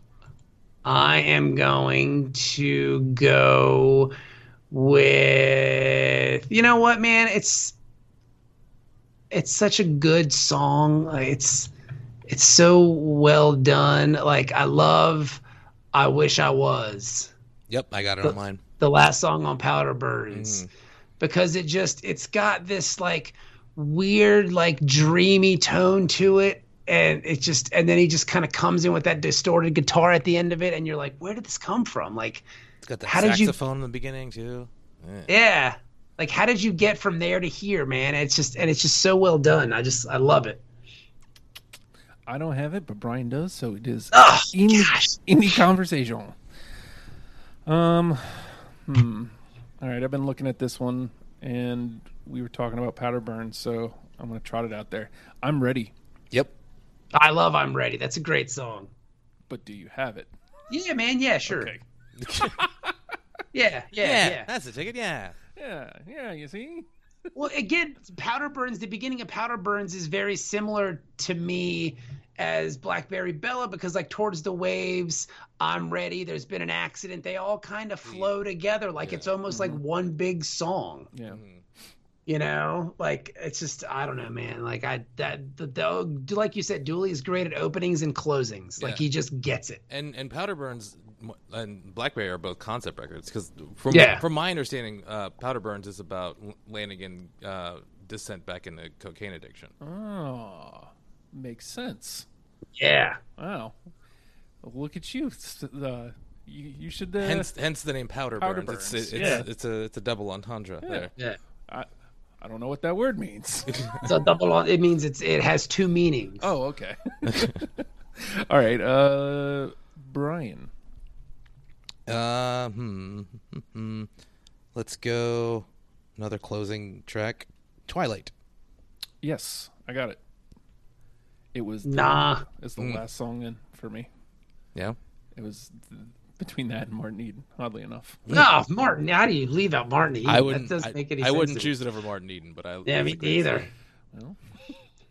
I am going to go with you know what, man? It's it's such a good song. Like, It's it's so well done. Like I love I wish I was
Yep, I got it on mine.
the last song on Powder Burns because it just it's got this like weird like dreamy tone to it and it just and then he just kind of comes in with that distorted guitar at the end of it and you're like where did this come from like
It's got that
How did you-
saxophone in the beginning too.
yeah like how did you get from there to here man it's just and it's just so well done i just i love it
I don't have it, but Brian does, so it is
oh
in,
gosh
in the conversation. Um, hmm. All right, I've been looking at this one, and we were talking about powder burn, so I'm going to trot it out there. I'm ready,
Yep.
i love i'm ready that's a great song
but do you have it?
yeah man yeah sure
Okay.
yeah yeah yeah
that's the ticket. Yeah.
Yeah, yeah, you see?
Well, again, Powder Burns, the beginning of Powder Burns is very similar to me as Blackberry Bella because, like, towards the waves, I'm ready, there's been an accident. They all kind
Mm-hmm.
of flow together. Like, it's almost like one big song,
Yeah.
Hmm.
you know? Like, it's just, I don't know, man. Like, I, that, the, the like you said, Dooley is great at openings and closings. Like,
Yeah.
he just gets it.
And and Powder Burns and Blackberry are both concept records because from
Yeah.
from my understanding, uh, Powder Burns is about L- Lanigan uh, descent back into cocaine addiction.
Oh, makes sense.
Yeah.
Wow. Look at you. S- The, you, you should. Uh,
Hence hence the name Powder,
Powder
Burns.
Burns,
It's, it's,
yeah.
it's a it's a double entendre there.
Yeah.
I, I don't know what that word means.
So, double on, it means it's, it has two meanings.
oh, okay. All right. Uh, Brian.
Uh, hmm, hmm, hmm. Let's go. Another closing track. Twilight.
Yes, I got it. It was
Mm.
the,
Nah.
it's the last song in for me.
Yeah.
It was th- between that and Martin Eden, oddly enough.
No, Martin. How do you leave out Martin? Eden?
I wouldn't.
That doesn't
I,
make any
I
sense.
wouldn't
to me.
choose it over Martin Eden, but I.
Yeah,
it's
me
a great
neither.
song.
Well,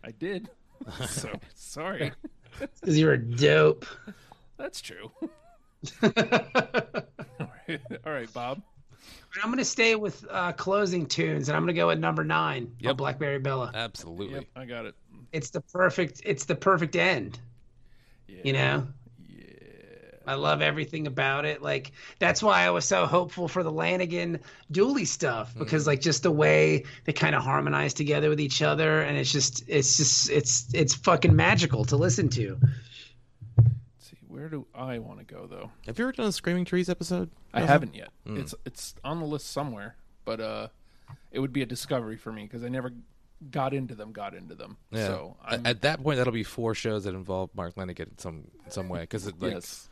I did. So sorry.
Because you're a dope.
That's true.
But
All right, All right Bob.
I'm going to stay with uh, closing tunes, and I'm going to go at number nine on
Yep.
Blackberry Bella.
Absolutely.
Yep, I got it.
It's the perfect. It's the perfect end.
Yeah.
You know. Yeah. I love everything about it. Like that's why I was so hopeful for the Lanigan Dooley stuff because like just the way they kind of harmonize together with each other, and it's just it's just it's it's fucking magical to listen to.
Let's see, where do I want to go though?
Have you ever done a Screaming Trees episode?
I haven't yet. It's it's on the list somewhere, but uh, it would be a discovery for me because I never got into them. Got into them. So
A-
I'm,
at that point, that'll be four shows that involve Mark Lanigan in some in some way because like
yes,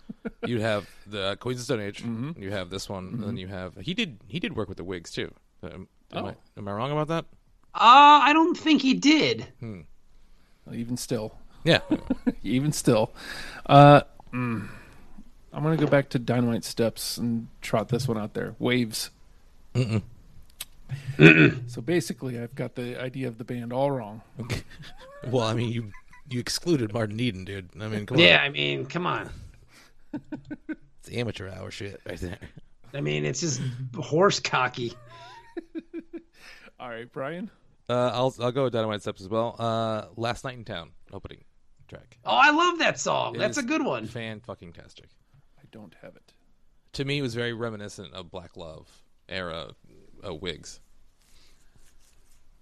you'd have the uh, Queens of Stone Age,
Mm-hmm.
you have this one, and then you have he did he did work with the Wigs too. Um,
Oh.
am, I, am I wrong about that?
Uh, I don't think he did.
even still,
Yeah,
even still, uh, mm, I'm gonna go back to Dynamite Steps and trot this one out there. Waves. so basically, I've got the idea of the band all wrong.
Well, I mean, you you excluded Martin Eden, dude. I mean, come
Yeah, I mean, come on.
it's amateur hour shit right there.
I mean, it's just horse cocky.
All right, Brian.
Uh, I'll I'll go with Dynamite Steps as well. Uh, Last Night in Town opening track.
Oh, I love that song. That's
is-
a good one.
Fan fucking tastic.
I don't have it.
To me, it was very reminiscent of Black Love era uh, Wigs.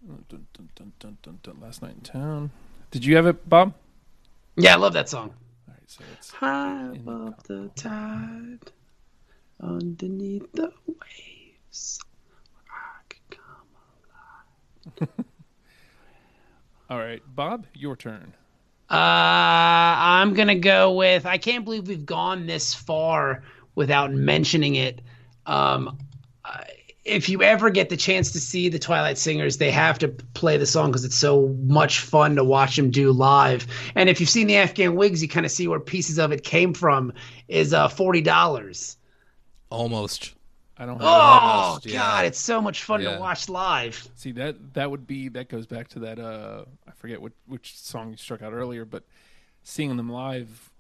Dun, dun, dun, dun, dun, dun. Last night in town. Did you have it, Bob?
Yeah, I love that song.
All right, so it's
High above the tide, underneath the waves. I could come.
All right, Bob, your turn.
Uh, I'm gonna go with. I can't believe we've gone this far without mentioning it. Um, if you ever get the chance to see the Twilight Singers, they have to play the song because it's so much fun to watch them do live. And if you've seen the Afghan Wigs, you kind of see where pieces of it came from. Is uh, forty dollars.
Almost.
I don't have
Oh
yeah.
God, it's so much fun
Yeah.
to watch live.
See that that would be that goes back to that uh I forget what which song you struck out earlier, but seeing them live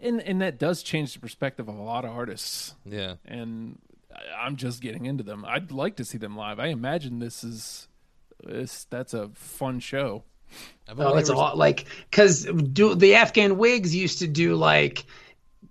and and that does change the perspective of a lot of artists.
Yeah.
And I- I'm just getting into them. I'd like to see them live. I imagine this is this that's a fun show.
I've
Oh,
only
it's
ever-
all like because do the Afghan wigs used to do like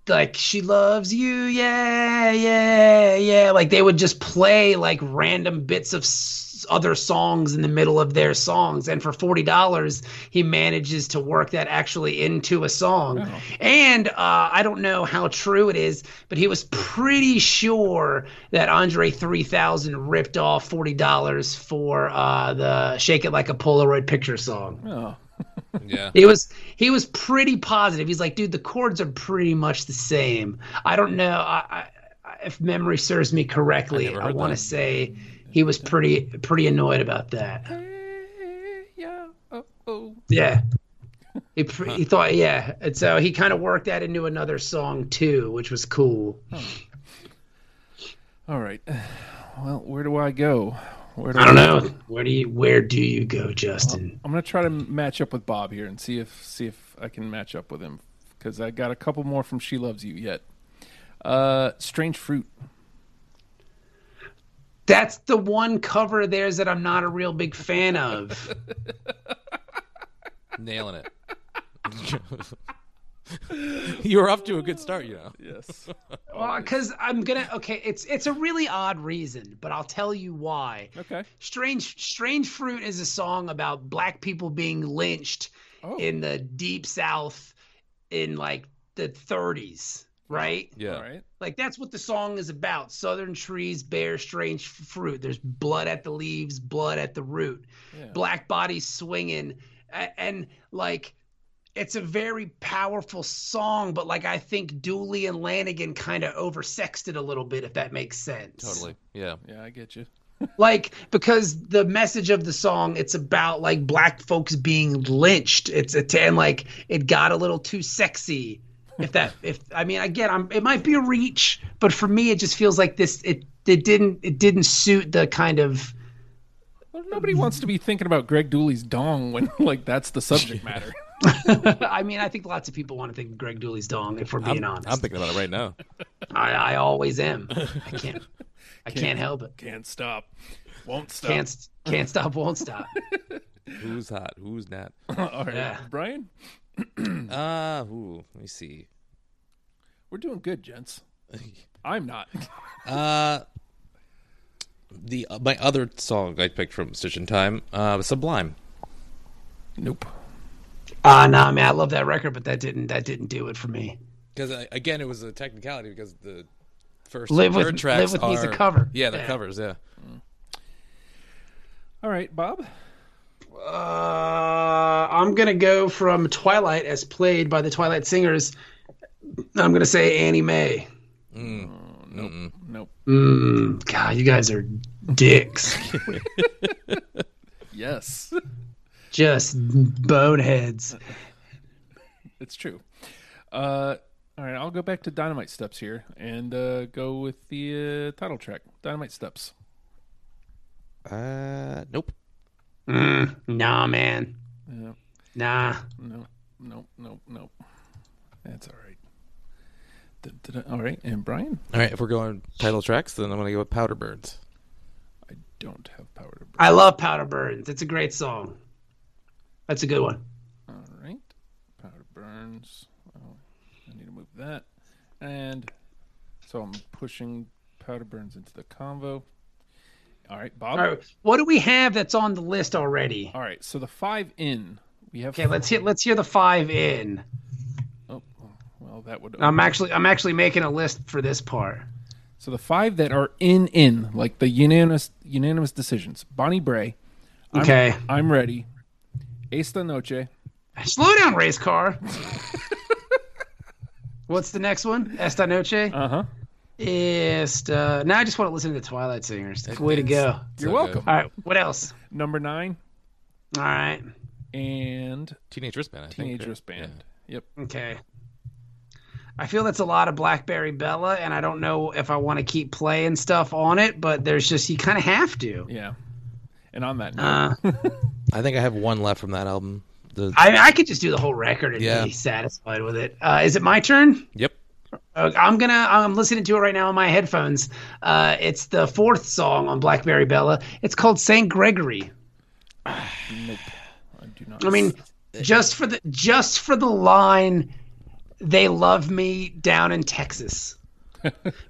like she loves you, yeah, yeah, yeah. Like they would just play like random bits of s- other songs in the middle of their songs, and for forty dollars, he manages to work that actually into a song. And uh, I don't know how true it is, but he was pretty sure that Andre three thousand ripped off forty dollars for uh, the "Shake It Like a Polaroid Picture" song.
Oh.
yeah.
He was he was pretty positive. He's like, dude, the chords are pretty much the same. I don't know I, I, if memory serves me correctly.
never
I,
heard
want to
that.
say he was pretty pretty annoyed about that.
Yeah. Oh, oh.
Yeah. He, pr- he thought, yeah. And so he kind of worked that into another song too, which was cool.
All right. Well, where do I go? Where do
I don't know. Where do you where do you go, Justin?
I'm gonna try to match up with Bob here and see if see if I can match up with him because I got a couple more from She Loves You yet. Uh, Strange Fruit.
That's the one cover of theirs that I'm not a real big fan of.
Nailing it. you were off to a good start, you know.
Yes.
because I'm gonna okay, it's it's a really odd reason, but I'll tell you why.
Okay.
Strange Strange Fruit is a song about black people being lynched
Oh.
in the deep south in like the 30s, right?
Yeah.
All right.
Like that's what the song is about. Southern trees bear strange f- fruit. There's blood at the leaves, blood at the root.
Yeah.
Black bodies swinging, A- and like it's a very powerful song. But like I think Dooley and Lanigan kind of oversexed it a little bit, if that makes sense.
Totally. Yeah.
Yeah, I get you.
Like because the message of the song, it's about like black folks being lynched. It's a and like it got a little too sexy. If that, if I mean, again, I'm it might be a reach, but for me, it just feels like this. It it didn't it didn't suit the kind of
Well, nobody wants to be thinking about Greg Dooley's dong when like that's the subject matter.
I mean, I think lots of people want to think of Greg Dooley's dong. If we're being honest,
I'm thinking about it right now.
I, I always am. I can't. I can't help it.
Can't stop. Won't stop.
Can't s- can't stop, won't stop.
Who's hot? Who's not?
All right,
Yeah.
Brian.
Ah, ooh, let me see.
We're doing good, gents. I'm not.
Uh the uh, my other song I picked from Stitch in Time, uh, Sublime.
nope.
Ah, nah, man, I love that record, but that didn't that didn't do it for me.
Because again, it was a technicality because the first
Live
and
with-
third tracks
Live with Me's a
are-
cover.
Yeah, they're
Yeah.
covers. Yeah,
All right, Bob.
Uh, I'm gonna go from Twilight as played by the Twilight Singers. I'm gonna say Annie Mae.
Nope.
Mm, God, you guys are dicks,
Yes,
just boneheads.
it's true. Uh, all right, I'll go back to Dynamite Steps here and uh, go with the uh, title track, Dynamite Steps.
uh, nope.
Nah, man. Nah.
No, no, no, no. That's all right. Da-da-da. All right, and Brian,
All right, if we're going title tracks, then I'm gonna go with Powderbirds.
I don't have power to break.
I love Powder Burns. It's a great song. That's a good one.
All right, power burns. Oh, I need to move that, and so I'm pushing powder burns into the convo. All right, Bob.
All right, what do we have that's on the list already?
All right, so the five in we have.
Okay, let's hear let's hear the five in.
Oh, well, that would.
I'm actually I'm actually making a list for this part.
So the five that are in in like the unanimous unanimous decisions. Bonnie Bray,
Okay,
I'm ready. Esta Noche,
slow down, race car. What's the next one? Esta Noche.
Uh huh.
Esta. Now I just want to listen to the Twilight Singers. Way to go!
You're
So
welcome.
All right, what else?
Number nine
All right,
and
Teenage Wristband. I think,
Teenage
right?
Wristband. Yep.
okay. I feel that's a lot of Blackberry Bella, and I don't know if I want to keep playing stuff on it, but there's just you kind of have to.
Yeah. And on that note,
Uh,
I think I have one left from that album. The
I, I could just do the whole record and
Yeah.
be satisfied with it. Uh, is it my turn?
yep.
Uh, I'm gonna. I'm listening to it right now on my headphones. Uh, it's the fourth song on Blackberry Bella. It's called Saint Gregory.
nope. I do not.
I mean, just for the just for the line, they love me down in Texas.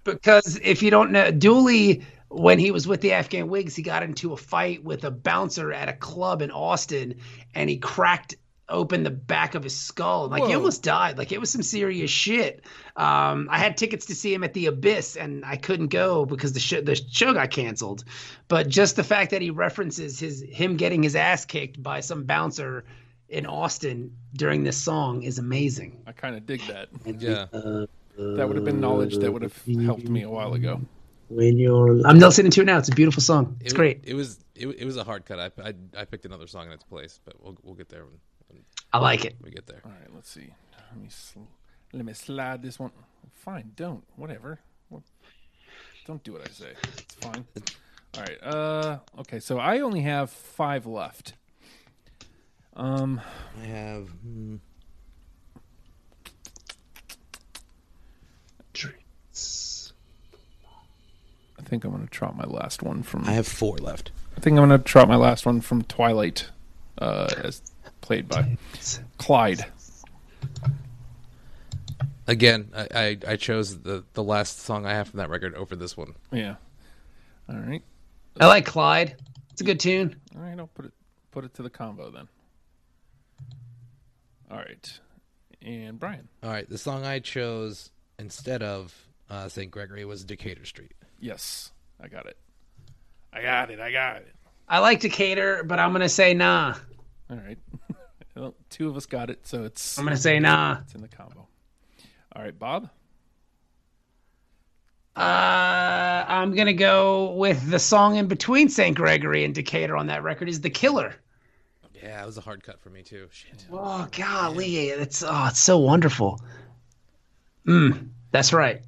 because if you don't know, Dooley, when he was with the Afghan Whigs, he got into a fight with a bouncer at a club in Austin, and he cracked open the back of his skull. Like he
Whoa.
almost died. Like it was some serious shit. Um, I had tickets to see him at the Abyss, and I couldn't go because the show, the show got canceled. But just the fact that he references his him getting his ass kicked by some bouncer in Austin during this song is amazing.
I kind of dig that.
Yeah.
That would have been knowledge that would have helped me a while ago.
When you're, I'm listening to it now. It's a beautiful song. It's
It-
great.
It was it, it was a hard cut. I, I, I picked another song in its place, but we'll we'll get there when, when
I like it.
we get there.
All right, let's see. Let me sl- let me slide this one. Fine, don't. Whatever. Wha- Don't do what I say. It's fine. All right. Uh. Okay. So I only have five left.
I have
I think I'm gonna trot my last one from. I
have four left.
think I'm gonna trot my last one from Twilight, uh, as played by Clyde.
Again, I, I, I chose the, the last song I have from that record over this one.
Yeah. All right.
I like Clyde. It's a good tune.
All right, I'll put it put it to the combo then. All right, and Brian.
All right, the song I chose instead of uh, St. Gregory was Decatur Street.
Yes, I got it. I got it. I got it.
I like Decatur, but I'm gonna say nah.
All right. well, two of us got it, so it's
I'm gonna say nah.
it's in the combo. All right, Bob.
Uh, I'm gonna go with the song in between St. Gregory and Decatur on that record is The Killer.
Yeah, it was a hard cut for me too. Shit.
Oh golly, that's oh, it's so wonderful. Mm, that's right.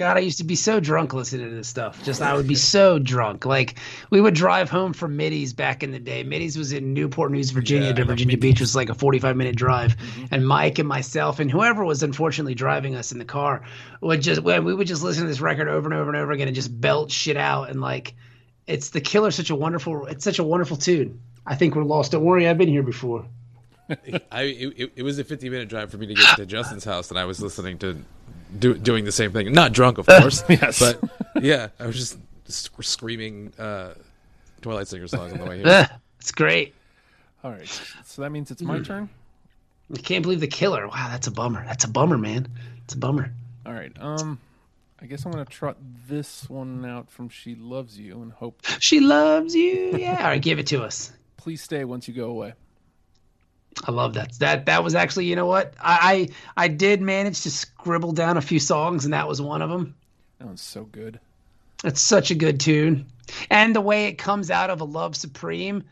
God, I used to be so drunk listening to this stuff. Just I would be so drunk. Like we would drive home from Middy's back in the day. Middy's was in Newport News, Virginia.
Yeah, I Mm-hmm.
to
love
Virginia Beach was like a 45 minute drive. And Mike and myself and whoever was unfortunately driving us in the car would just we we would just listen to this record over and over and over again and just belt shit out and like it's the killer such a wonderful it's such a wonderful tune. I think we're lost. Don't worry, I've been here before.
I it, it- it was a 50 minute drive for me to get to Justin's house, and I was listening to do, doing the same thing. Not drunk, of course.
Yes.
But yeah, I was just sc- screaming uh, Twilight Singer songs on the way here.
Ugh, it's great.
All right, so that means it's my turn.
I can't believe the killer. Wow, that's a bummer. That's a bummer, man. It's a bummer.
All right. Um, I guess I'm gonna trot this one out from "She Loves You" and hope.
She loves you. Yeah. All right, give it to us.
Please stay once you go away.
I love that. That that was actually, you know what? I I, I did manage to scribble down a few songs, and that was one of them.
That one's so good.
It's such a good tune, and the way it comes out of a love supreme,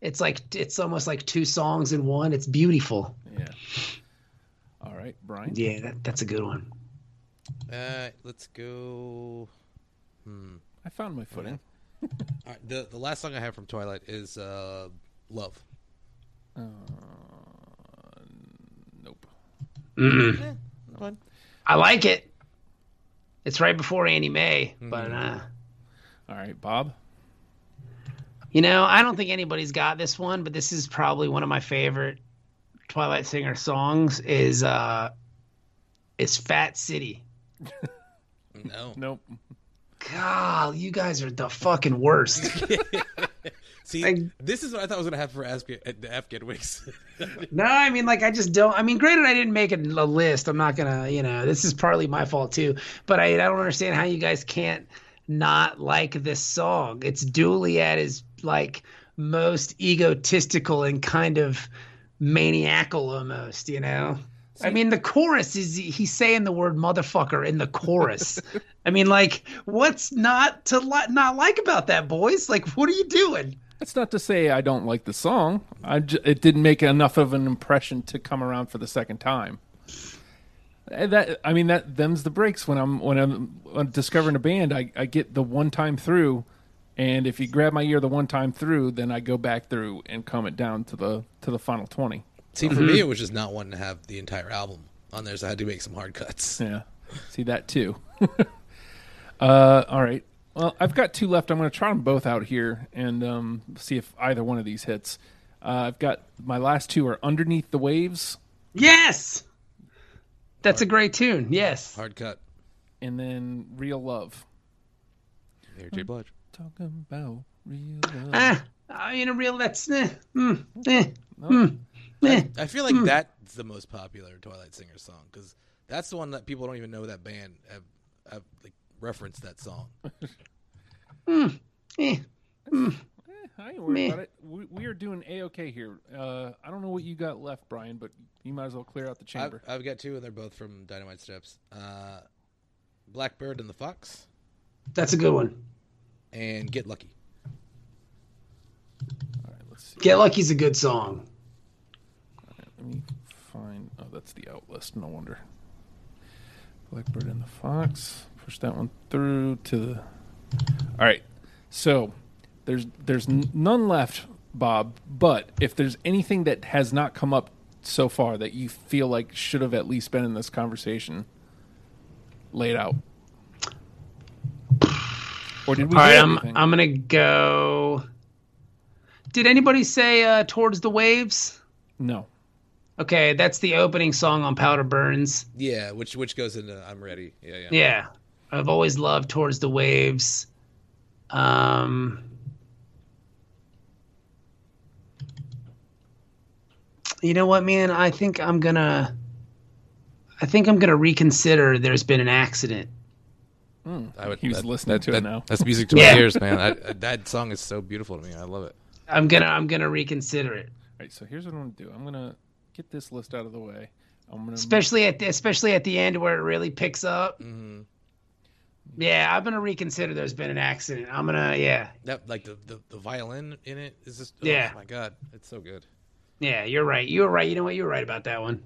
it's like it's almost like two songs in one. It's beautiful.
Yeah. All right, Brian.
Yeah, that, that's a good one.
Uh, let's go.
I found my footing.
All right, the the last song I have from Twilight is uh, "Love."
Nope. Eh,
I like it. It's right before Annie Mae, but uh,
All right, Bob.
You know, I don't think anybody's got this one, but this is probably one of my favorite Twilight Singer songs is uh is Fat City.
No,
Nope.
God, you guys are the fucking worst.
see,
I-
this is what I thought I was gonna have for Afghan, the Afghan Wigs.
no, I mean like I just don't I mean granted I didn't make it a list. I'm not going to, you know, this is partly my fault too, but I I don't understand how you guys can't not like this song. It's Dooley at his like most egotistical and kind of maniacal almost, you know. I mean, the chorus is he's saying the word motherfucker in the chorus. I mean, like, what's not to li- not like about that, boys? Like, what are you doing?
That's not to say I don't like the song. I j- it didn't make enough of an impression to come around for the second time. Eh, That I mean that them's the breaks when I'm when I'm uh, discovering a band. I, I get the one time through, and if you grab my ear the one time through, then I go back through and come it down to the to the final twenty.
See, for me, it was just not wanting to have the entire album on there, so I had to make some hard cuts.
Yeah, see that too. uh, all right. Well, I've got two left. I'm going to try them both out here and um, see if either one of these hits. Uh, I've got my last two are underneath the waves,
Yes. That's a great tune. Yes.
Hard cut.
and then real love.
Mary J. Blige.
Talking about real love.
Ah, I mean, a real that's. Eh, mm, eh, eh.
I feel like that's the most popular Twilight Singer song because that's the one that people don't even know that band have, have like referenced that song.
eh.
Eh, I ain't worried
Meh.
about it. We, we are doing a okay here. Uh, I don't know what you got left, Brian, but you might as well clear out the
I've,
chamber.
I've got two, and they're both from Dynamite Steps. Uh, Blackbird and the Fox,
That's a good one.
and Get Lucky.
All right, let's see.
Get Lucky's a good song.
Let me find. Oh, that's the outlist. No wonder. Blackbird and the Fox. Push that one through to the. All right. So there's there's n- none left, Bob. But if there's anything that has not come up so far that you feel like should have at least been in this conversation, lay it out. Or did we? do
All right, I'm,
everything?
I'm going to go. Did anybody say uh, Towards the Waves?
no.
Okay, that's the opening song on Powder Burns.
Yeah, which which goes into I'm ready. Yeah, yeah.
Yeah. I've always loved Towards the Waves. Um You know what, man? I think I'm going to I think I'm going to reconsider there's been an accident.
I would,
He was listening to it now.
That's music to
Yeah.
my ears, man. I, I- that song is so beautiful to me. I love it.
I'm going to I'm going to reconsider it.
All right. So here's what I'm gonna do. I'm gonna get this list out of the way. I'm gonna
Especially at the, especially at the end where it really picks up. Yeah, I'm going to reconsider there's been an accident. I'm going to yeah.
That like the, the the violin in it is just. Oh,
Yeah.
my God, it's so good.
Yeah, you're right. You were right. You know what? You were right about that one.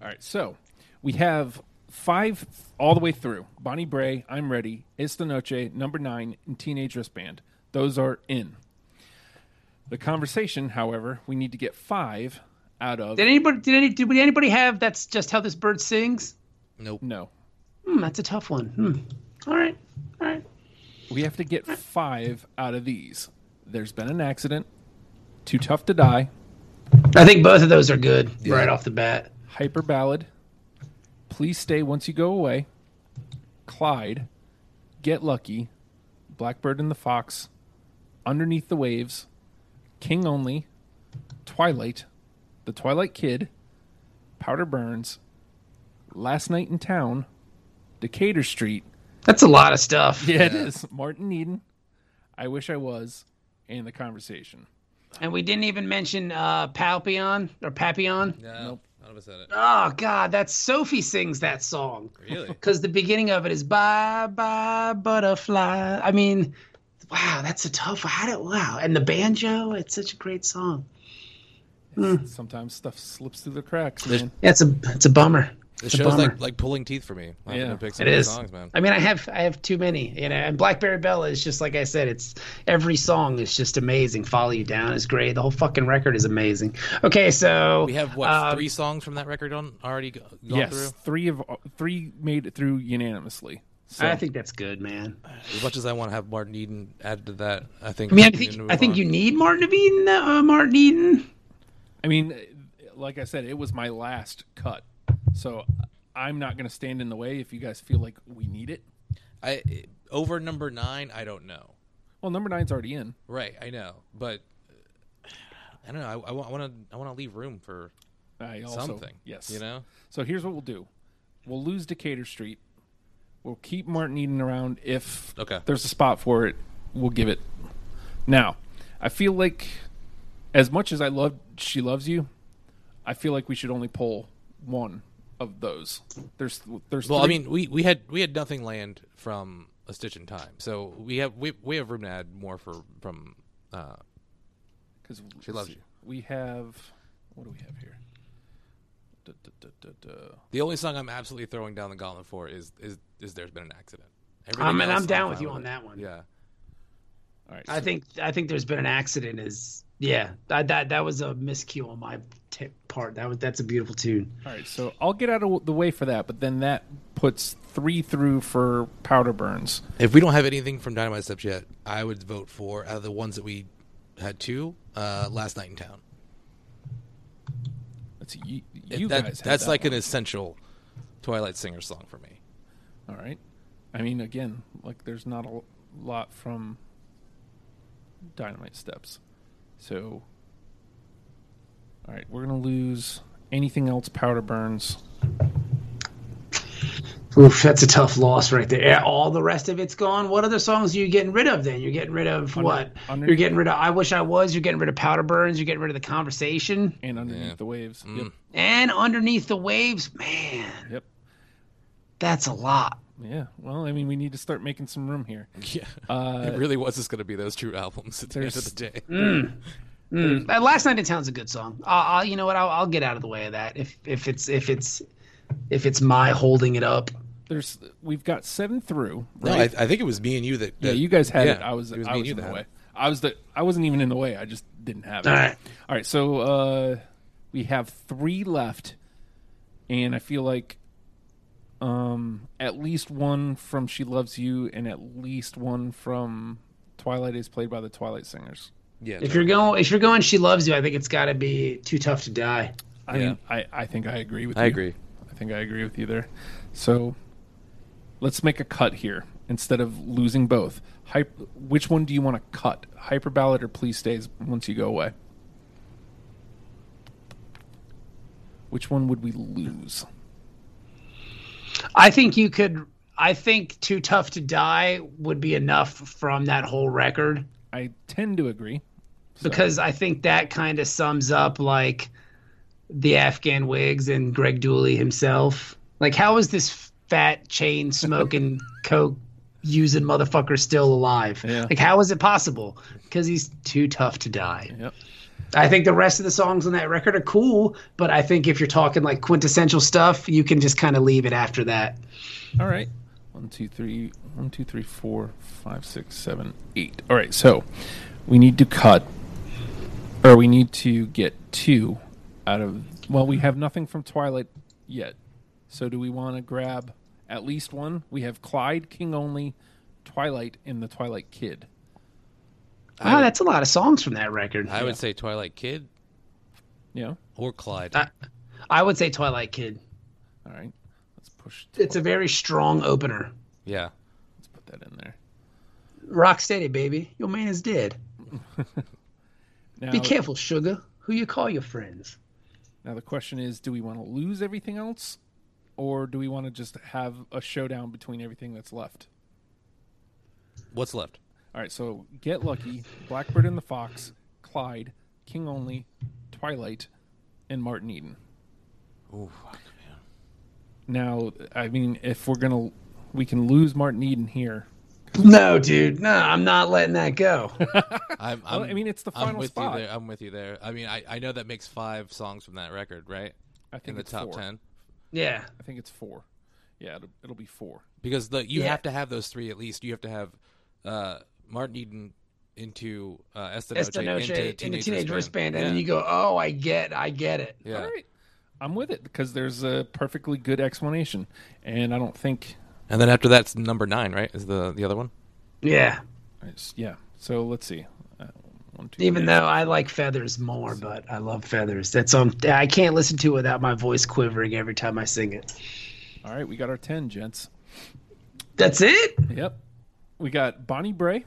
All right, so we have five all the way through. Bonnie Bray, I'm Ready, It's the Noche, Number Nine, and Teenage Wristband. Those are in. The conversation, however, we need to get five out of.
Did anybody did any did anybody have that's just how this bird sings?
Nope.
No.
Hmm, that's a tough one. Hmm. All right. All right.
We have to get five out of these. There's been an accident, Too Tough to Die,
I think both of those are good right off the bat.
Hyper Ballad, Please Stay Once You Go Away, Clyde, Get Lucky, Blackbird and the Fox, Underneath the Waves, King Only, Twilight, The Twilight Kid, Powder Burns, Last Night in Town, Decatur Street.
That's a lot of stuff.
Yeah, it is. Martin Eden, I Wish I Was, and The Conversation.
And we didn't even mention uh Palpion or Papillon.
No, none of us had it.
Oh god, that's Sophie sings that song.
Really?
Cuz the beginning of it is bye bye butterfly. I mean, wow, that's a tough. How did wow? And the banjo, it's such a great song.
Sometimes stuff slips through the cracks,
There's-
man.
That's a it's a bummer.
This
a
show's
bummer.
like like pulling teeth for me. I
Yeah.
yeah, to pick some
It
of the
is.
songs, man.
I mean, I have I have too many, you know. And Blackberry Bella is just like I said. It's every song is just amazing. Follow You Down is great. The whole fucking record is amazing. Okay, so
We have what
um,
three songs from that record on already go- gone
yes,
through.
three of uh, three made it through unanimously. So
Ah.
I think that's good, man.
As much as I want to have Martin Eden added to that, I think.
I mean, I
we need to
think
move
I think
on.
you need Martin Eden. Uh, Martin Eden.
I mean, like I said, it was my last cut, so I'm not going to stand in the way if you guys feel like we need it.
I over number nine. I don't know.
Well, number nine's already in.
Right, I know, but uh, I don't know. I want to. I want to leave room for
I also,
something.
Yes.
you know.
So here's what we'll do: we'll lose Decatur Street. We'll keep Martin Eden around if
Okay.
there's a spot for it. We'll give it. Now, I feel like as much as I love she loves you, I feel like we should only pull one of those. There's there's
Well, I
three-
mean, we, we had we had nothing land from a stitch in time, so we have we we have room to add more for from. Uh,
Because
She loves you.
We have what do we have here? Duh, duh, duh, duh, duh.
The only song I'm absolutely throwing down the gauntlet for is is is There's Been an Accident.
I
Everything
mean,
else
Um, I'm down with
fine
you on that one.
Yeah.
All right.
I think I think there's been an accident. Is yeah, that that, that was a miscue on my tip part. That was that's a beautiful tune.
All right, so I'll get out of the way for that, but then that puts three through for powder burns.
If we don't have anything from Dynamite Steps yet, I would vote for out of the ones that we had two uh, last night in town.
That's you,
If
you
that-
guys. had
that's
that
like
one.
an essential
Twilight Singer song for me.
All right. I mean, again, like there's not a lot from Dynamite Steps, so. All right, we're gonna lose anything else. Powder burns.
Oof, that's a tough loss right there. Yeah, All the rest of it's gone. What other songs are you getting rid of then? You're getting rid of what?
Under-
you're getting rid of I Wish I Was, you're getting rid of Powder Burns, you're getting rid of The Conversation.
and underneath
Yeah.
the waves.
Mm.
Yep.
And Underneath the Waves, man,
Yep.
that's a lot.
Yeah. Well, I mean, we need to start making some room here.
Yeah. it really was just going to be those two albums at the end of the
there's-
day.
Uh, Last Night in Town's a good song. I'll, I'll you know what? I'll, I'll get out of the way of that if if it's if it's if it's my holding it up.
There's we've got seven through.
No, I, I think it was me and you that.
Yeah,
that-
you guys had
yeah,
it. I was,
it was
I
me and
was
you
in
that
the
had
way.
it.
I was the I wasn't even in the way. I just didn't have it.
All right.
All right, so uh we have 3 left and I feel like um at least one from She Loves You and at least one from Twilight is played by the Twilight Singers.
Yeah.
If you're going if you're going She Loves You, I think it's got to be Too Tough to Die.
I
Yeah.
mean, I I think I agree with
I
you.
agree.
I think I agree with you there. So let's make a cut here instead of losing both. Hype, which one do you want to cut? Hyper Ballad or Please Stays once you go away? Which one would we lose?
I think you could. I think Too Tough to Die would be enough from that whole record
I tend to agree.
because I think that kind of sums up like the Afghan Wigs and Greg Dooley himself. Like, how is this fat chain smoking coke using motherfucker still alive?
Yeah.
Like, how is it possible? Because he's too tough to die.
Yep.
I think the rest of the songs on that record are cool, but I think if you're talking like quintessential stuff, you can just kind of leave it after that.
All right. One, two, three, one, two, three, four, five, six, seven, eight. All right. So we need to cut, or we need to get two out of. Well, we have nothing from Twilight yet. So do we want to grab at least one? We have Clyde, King Only, Twilight, and the Twilight Kid.
Wow, that's a lot of songs from that record.
I would say Twilight Kid
Yeah.
or Clyde.
I, I would say Twilight Kid.
All right. Let's push.
It's a very strong opener.
yeah.
Let's put that in there.
Rock steady, baby. Your man is dead.
Now,
Be careful, sugar. Who you call your friends?
now the question is: Do we want to lose everything else, or do we want to just have a showdown between everything that's left?
What's left?
All right, so Get Lucky, Blackbird and the Fox, Clyde, King Only, Twilight, and Martin Eden.
Ooh, fuck, man.
Now, I mean, if we're gonna, we can lose Martin Eden here.
No, dude. No, I'm not letting that go.
I'm,
Well,
I'm,
I mean, it's the
I'm
final
with
spot.
You there. I'm with you there. I mean, I, I know that makes five songs from that record, right?
I think
In the
it's
top
four.
ten,
yeah.
I think it's four. Yeah, it'll, it'll be four.
because the you
Yeah.
have to have those three at least. You have to have uh, Martin Eden into uh, Estanoche,
Estanoche
into Teenage,
in the teenage wristband, and
yeah.
then you go, "Oh, I get, I get it."
Yeah.
All right, I'm with it because there's a perfectly good explanation, and I don't think,
And then after that's number nine, right? Is the the other one?
Yeah.
I just- yeah. So let's see. Uh, one, two,
Even
three.
though I like feathers more, but I love feathers. That's on. I can't listen to it without my voice quivering every time I sing it.
All right, we got our ten, gents.
That's it.
Yep. We got Bonnie Bray.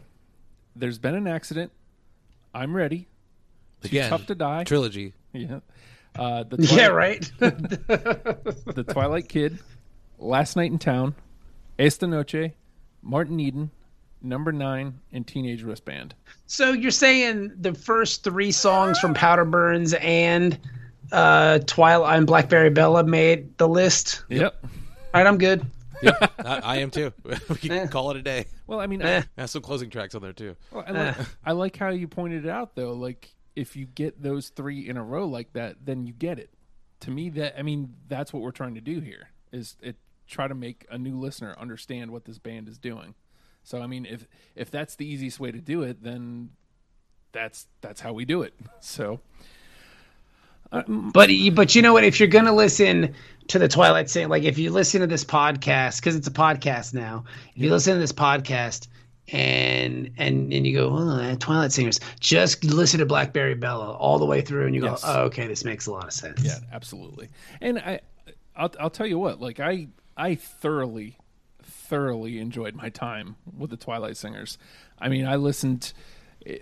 There's been an accident. I'm ready.
Again,
tough to die.
trilogy.
Yeah. Uh, the, Twilight,
Yeah. Right.
the Twilight Kid. Last Night in Town. Esta Noche. Martin Eden. Number Nine. And Teenage Wristband.
So you're saying the first three songs from Powder Burns and uh, Twilight and Blackberry Bella made the list.
Yep.
All right, I'm good.
I, I am too. we can call it a day.
Well, I mean,
Eh.
There's some closing tracks on there too.
I, I like, I like how you pointed it out, though. Like, if you get those three in a row like that, then you get it. to me that I mean that's what we're trying to do here is it try to make a new listener understand what this band is doing. So I mean if if that's the easiest way to do it then that's that's how we do it. So
But but you know what? If you're gonna listen to the Twilight Singer, like if you listen to this podcast, because it's a podcast now, if you listen to this podcast and and and you go, oh, that Twilight Singers, just listen to Blackberry Bella all the way through, and you
Yes.
go, oh, okay, this makes a lot of sense.
Yeah, absolutely. And I, I'll, I'll tell you what. Like I, I thoroughly, thoroughly enjoyed my time with the Twilight Singers. I mean, I listened. eh,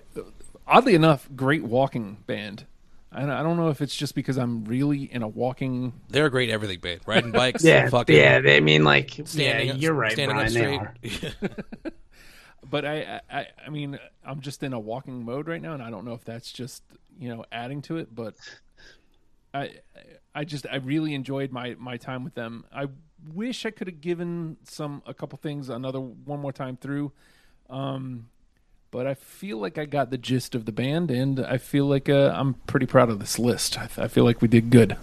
Oddly enough, great walking band. I I don't know if it's just because I'm really in a walking.
They're a great everything band. Riding bikes,
Yeah,
fucking
yeah. I mean, like,
standing
yeah,
up-
you're right,
standing
Brian.
up
They
straight.
are.
But I, I, I mean, I'm just in a walking mode right now, and I don't know if that's just you know adding to it, but I, I just I really enjoyed my my time with them. I wish I could have given some a couple things another one more time through, um, but I feel like I got the gist of the band, and I feel like uh, I'm pretty proud of this list. I, I feel like we did good.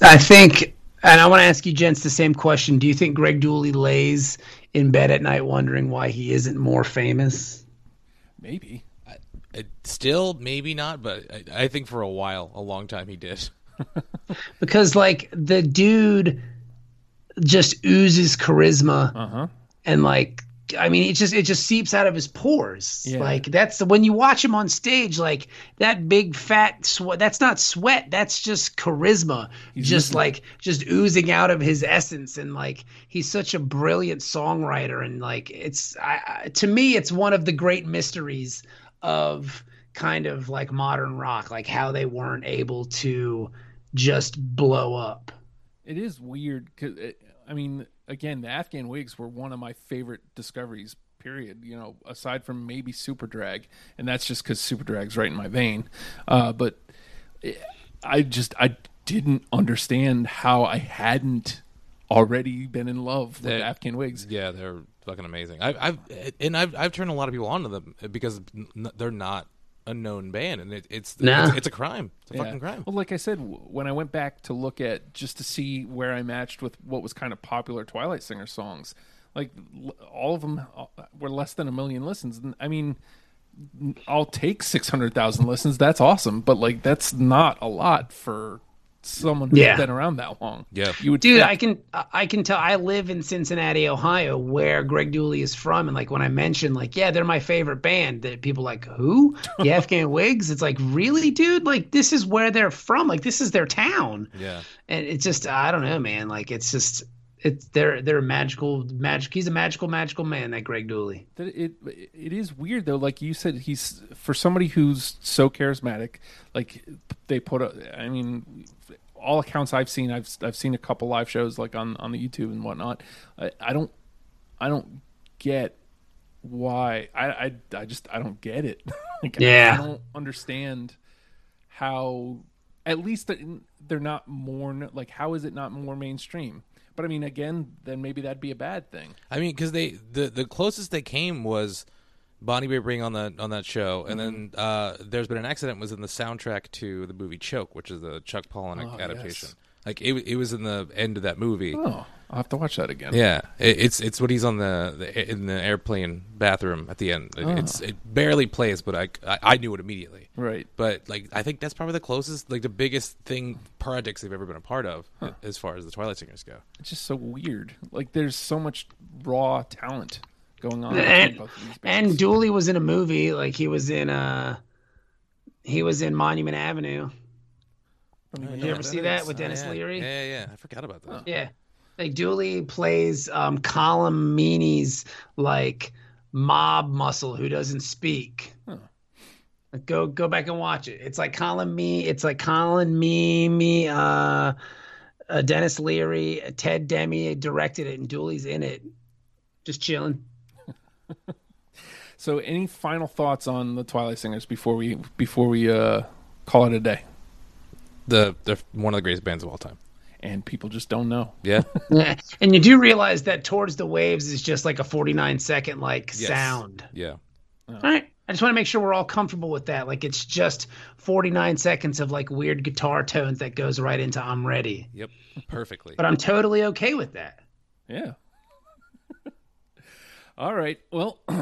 I think, and I want to ask you, gents, the same question. Do you think Greg Dooley lays in bed at night wondering why he isn't more famous?
Maybe
Uh, Still, maybe not, but I, I think for a while, a long time, he did.
because like the dude just oozes charisma
Uh-huh.
and like i mean it just it just seeps out of his pores
Yeah.
like that's the when you watch him on stage like that big fat sweat that's not sweat that's just charisma just like just oozing out of his essence and like he's such a brilliant songwriter and like it's I, I, to me it's one of the great mysteries of kind of like modern rock like how they weren't able to just blow up
It is weird because I mean, again, the Afghan wigs were one of my favorite discoveries. Period. You know, aside from maybe Super Drag, and that's just because Super Drag's right in my vein. Uh, but it- I just I didn't understand how I hadn't already been in love with
That-
Afghan wigs.
Yeah, they're fucking amazing. I've, I've and I've, I've turned a lot of people onto them because n- they're not a known band, and it, it's,
Nah.
it's it's a crime. It's a
Yeah.
fucking crime.
Well, like I said, w- when I went back to look at just to see where I matched with what was kind of popular Twilight Singer songs, like l- all of them uh, were less than a million listens. And, I mean, n- I'll take 600,000 listens. That's awesome. But like, that's not a lot for someone who's
Yeah.
been around that long.
Yeah.
You would,
dude
think-
i can i can tell i live in cincinnati ohio where greg dooley is from and like when i mention like yeah they're my favorite band that people like who the afghan wigs it's like really dude like this is where they're from like this is their town
Yeah,
and it's just i don't know man like it's just it's they're they're magical magic he's a magical magical man that greg dooley
that it it is weird though like you said he's for somebody who's so charismatic like they put a, i mean all accounts i've seen i've i've seen a couple live shows like on on the youtube and whatnot i, I don't i don't get why I, I i just i don't get it like, I-
Yeah.
i don't understand how at least they're, they're not more kn- like how is it not more mainstream but i mean again then maybe that'd be a bad thing
I mean, because they the, the closest they came was Bonnie Bear Bring on that on that show, and then
Mm-hmm.
uh, there's been an accident was in the soundtrack to the movie Choke, which is the Chuck Palahniuk adaptation.
Oh, yes.
Like it, it was in the end of that movie.
oh i'll have to watch that again
Yeah, it, it's it's what he's on the, the in the airplane bathroom at the end. It, It's it barely plays, but I, I I knew it immediately.
Oh. Right.
But like I think that's probably the closest, like the biggest thing projects they've ever been a part of, as far as the Twilight Singers go.
It's just so weird. Like there's so much raw talent going on. in
and
both of these bands.
and dooley was in a movie like he was in uh he was in monument avenue
I don't even
you
know
ever
what
see
is.
that with
Oh,
dennis
yeah.
leary
Yeah, yeah, yeah. I forgot about that.
Yeah. Like Dooley plays um Colin Meaney's like mob muscle who doesn't speak. Like, Go go back and watch it. It's like Colin Me it's like Colin Me Me uh, uh Dennis Leary, uh, Ted Demi directed it and Dooley's in it. Just chilling.
So any final thoughts on the Twilight Singers before we before we uh call it a day?
The they're one of the greatest bands of all time.
And people just don't know.
Yeah,
Yeah. And you do realize that Towards the Waves is just like a 49 second like
Yes.
sound.
yeah.
All right. I just want to make sure we're all comfortable with that. Like it's just 49 seconds of like weird guitar tones that goes right into I'm ready.
Yep, perfectly.
But I'm totally okay with that.
Yeah. All right. Well,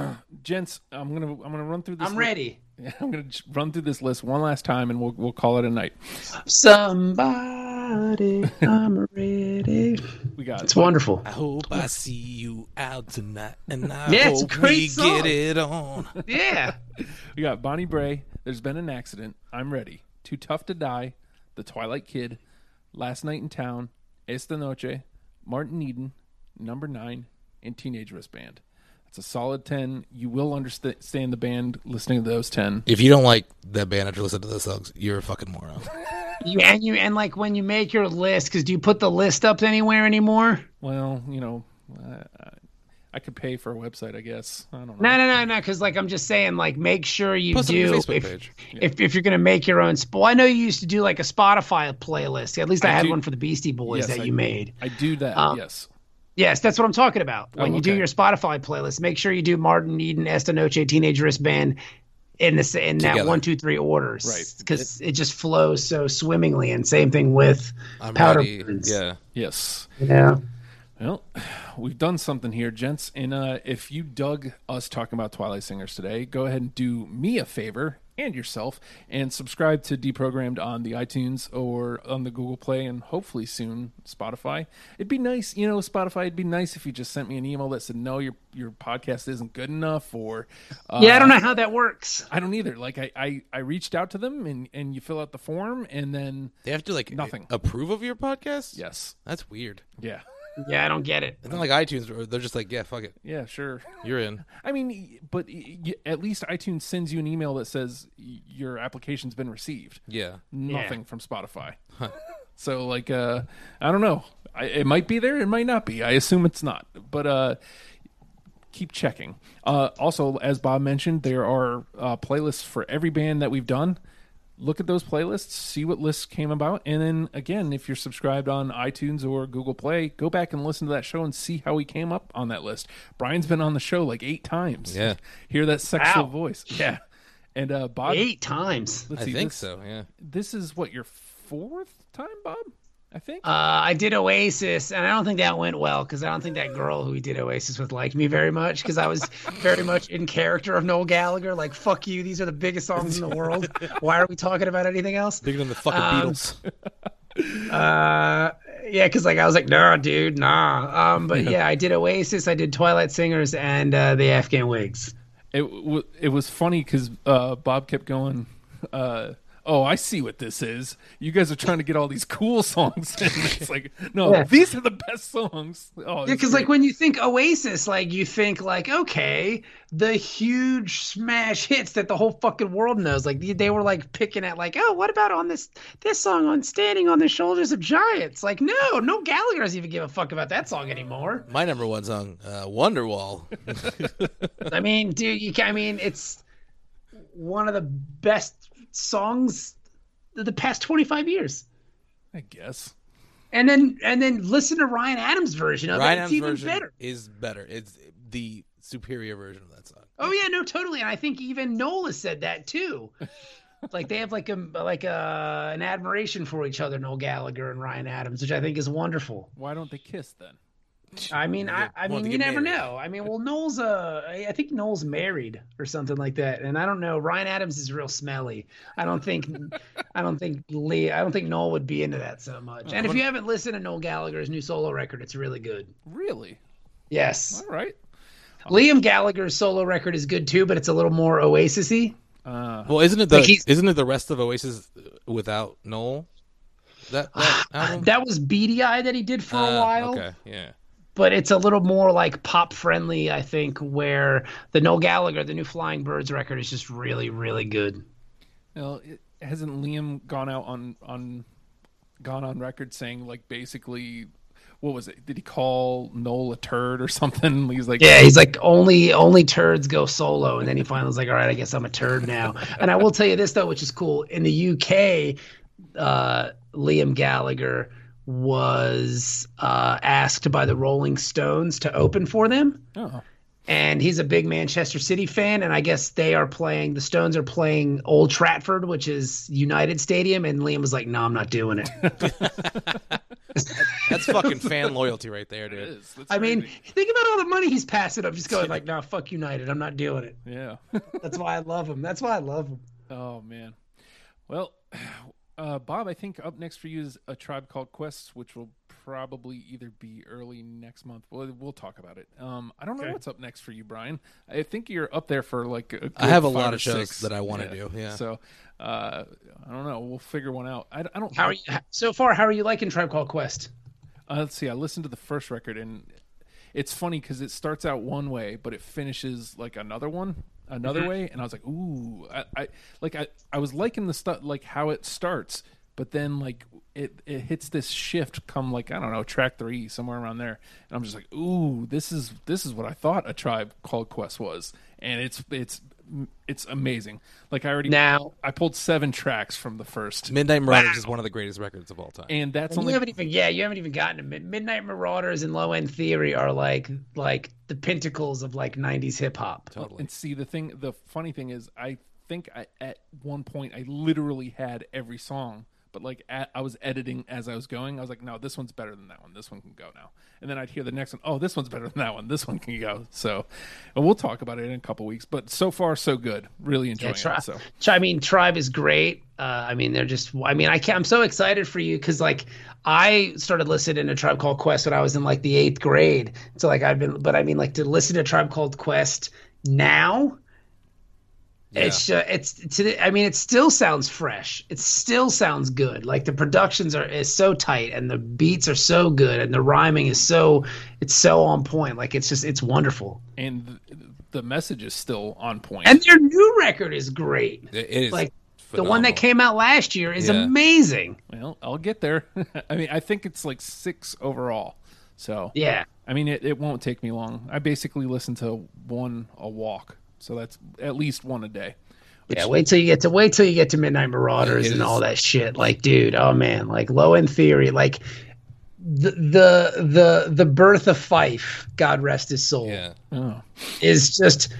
gents, I'm gonna I'm gonna run through this.
I'm
li-
ready.
I'm gonna j- run through this list one last time, and we'll we'll call it a night.
Somebody, I'm ready.
We got
It's wonderful.
I hope I see you out tonight, and I
Yeah, it's a
hope
great
we
song.
get it on.
Yeah.
we got Bonnie Bray. There's been an accident. I'm ready. Too tough to die. The Twilight Kid. Last night in town. Esta noche. Martin Eden. Number nine. And Teenage Wristband. That's a solid ten. You will understand the band listening to those ten.
If you don't like that band after listening to those songs, you're a fucking moron.
You and you and like when you make your list, because do you put the list up anywhere anymore?
Well, you know, uh, I could pay for a website, I guess. I don't know.
No, no, no, no. Because like I'm just saying, like make sure you
Post it on your
do
Facebook
if,
page.
if if you're gonna make your own. Sp- I know you used to do like a Spotify playlist. At least I,
I
had
do-
one for the Beastie Boys
Yes,
that
I-
you made.
I do that.
Um,
yes.
Yes, that's what I'm talking about. When you do
okay.
your Spotify playlist, make sure you do Martin Eden, Esta Noche, Teenage Wristband in this in that
Together.
one, two, three orders.
Right.
Because it, just flows so swimmingly. And same thing with
I'm
Powder
ready.
Burns.
Yeah.
Yes.
you know.
Well, we've done something here, gents. And uh, if you dug us talking about Twilight Singers today, go ahead and do me a favor and yourself and subscribe to Deprogrammed on the iTunes or on the Google Play and hopefully soon Spotify. It'd be nice, you know, Spotify. It'd be nice if you just sent me an email that said, "No, your your podcast isn't good enough," or uh,
Yeah, I don't know how that works.
I don't either. Like I, I, I reached out to them and, and you fill out the form and then
They have to like
Nothing.
approve of your podcast.
yes.
that's weird.
Yeah.
Yeah, I don't get it.
It's not like iTunes. Where they're just like, yeah, fuck it,
Yeah, sure.
you're in.
I mean, y- but y- y- at least iTunes sends you an email that says y- your application's been received.
Yeah,
Nothing from Spotify. so like uh I don't know. I, it might be there, it might not be. I assume it's not. But uh keep checking. Uh also as Bob mentioned, there are uh playlists for every band that we've done. Look at those playlists, see what lists came about, and then again, if you're subscribed on iTunes or Google Play, go back and listen to that show and see how we came up on that list. Brian's been on the show like eight times.
Yeah.
Hear that sexual
Wow.
voice. Yeah. And uh Bob
Eight times.
let's
I
see,
think
this-
so. Yeah.
this is what your fourth time, Bob. I think.
Uh, I did Oasis, and I don't think that went well because I don't think that girl who we did Oasis with liked me very much because I was very much in character of Noel Gallagher. Like, fuck you, these are the biggest songs in the world. Why are we talking about anything else?
bigger than the fucking
Um,
Beatles.
Uh, yeah, because like I was like, nah, dude, nah. Um, but yeah, I did Oasis, I did Twilight Singers, and uh, the Afghan Wigs.
it w- it was funny because uh, Bob kept going. Uh, oh, I see what this is. You guys are trying to get all these cool songs. in. it's like, no,
Yeah.
these are the best songs. Oh,
Yeah,
it's
because like
great.
when you think Oasis, like you think like okay, the huge smash hits that the whole fucking world knows. Like they- they were like picking at like oh, what about on this this song on Standing on the Shoulders of Giants? Like no, no Gallagher doesn't even give a fuck about that song anymore.
My number one song, uh, Wonderwall.
I mean, dude, you can, I mean it's one of the best songs of the past twenty five years.
I guess.
And then and then listen to Ryan Adams' version of
Ryan
it. It's
Adams'
even
version
better.
is better. It's the superior version of that song.
Oh yeah, no, totally. And I think even Noel has said that too. like they have like a like a an admiration for each other, Noel Gallagher and Ryan Adams, which I think is wonderful.
Why don't they kiss then?
I mean, I,
They
I
want
mean,
to
you
get
never
married.
know. I mean, well, Noel's uh, I I think Noel's married or something like that, and I don't know. Ryan Adams is real smelly. I don't think, I don't think Lee, I don't think Noel would be into that so much.
Uh,
And if you haven't listened to Noel Gallagher's new solo record, it's really good.
Really?
Yes,
All right.
Liam Gallagher's solo record is good too, but it's a little more Oasisy.
Uh,
Well, isn't it the
Like he's-
isn't it the rest of Oasis uh, without Noel? That, that album.
Ah, That was Beady Eye that he did for a
Ah,
Uh,
while,
Okay. Yeah.
but it's a little more like pop friendly, I think, where the Noel Gallagher, the new Flying Birds record, is just really, really good.
well, it, hasn't Liam gone out on on gone on record saying like basically. What was it? Did he call Noel a turd or something? He's like,
Yeah, he's like only only turds go solo, and then he finally was like, all right, I guess I'm a turd now. and I will tell you this though, which is cool. In the UK, uh, Liam Gallagher was uh, asked by the Rolling Stones to open for them.
oh,
and he's a big Manchester City fan. And I guess they are playing, the Stones are playing Old Trafford, which is United Stadium. And Liam was like, no, I'm not doing it.
That's fucking fan loyalty right there, dude.
I mean, think about all the money he's passing up, just going like, no, fuck United. I'm not doing it.
yeah.
That's why I love him. That's why I love him.
oh man. Well, uh, Bob, I think up next for you is a tribe called Quest, which will probably either be early next month. We'll, we'll talk about it. Um, I don't know what's up next for you, Brian. I think you're up there for like. A
I have
good
a
five
lot
or
of shows
six.
that I wanna do, yeah.
So, uh, I don't know. We'll figure one out. I, I don't.
How are you so far? How are you liking Tribe Called Quest?
Uh, let's see. I listened to the first record, and it's funny because it starts out one way, but it finishes like another one, another way. And I was like, ooh, I, I like I, I was liking the stuff, like how it starts, but then like it it hits this shift come like I don't know track three somewhere around there, and I'm just like, ooh, this is this is what I thought a tribe called Quest was, and it's it's it's amazing. Like I already
Now-
I pulled seven tracks from the first.
Midnight Marauders is one of the greatest records of all time.
And that's
And
only
you haven't even yeah, you haven't even gotten to mid- Midnight Marauders and Low End Theory are like like the pinnacles of like '90s hip hop.
And see, the thing, the funny thing is, I think I, at one point I literally had every song, but like at, I was editing as I was going. I was like, no, this one's better than that one. This one can go now. And then I'd hear the next one. Oh, this one's better than that one. This one can go. So, and we'll talk about it in a couple weeks. But so far, so good. Really enjoying
Tri-
it. So
Tri- I mean, Tribe is great. Uh, I mean, they're just. I mean, I can't, I'm so excited for you because like I started listening to Tribe Called Quest when I was in like the eighth grade. So like I've been, but I mean, like to listen to Tribe Called Quest now. It's uh, it's to the, I mean it still sounds fresh. It still sounds good. Like the productions are is so tight and the beats are so good and the rhyming is so it's so on point. Like it's just it's wonderful.
and th- the message is still on point.
And their new record is great.
It is
like the
phenomenal.
one that came out last year is
Yeah.
amazing.
well, I'll get there. I mean, I think it's like six overall. So
Yeah.
I mean, it, it won't take me long. I basically listen to one a walk, so that's at least one a day.
Yeah, wait till you get to wait till you get to Midnight Marauders
It is-
and all that shit. Like, dude, oh man, like low end theory, like the the the the birth of Fife, God rest his soul,
Yeah.
Oh,
is just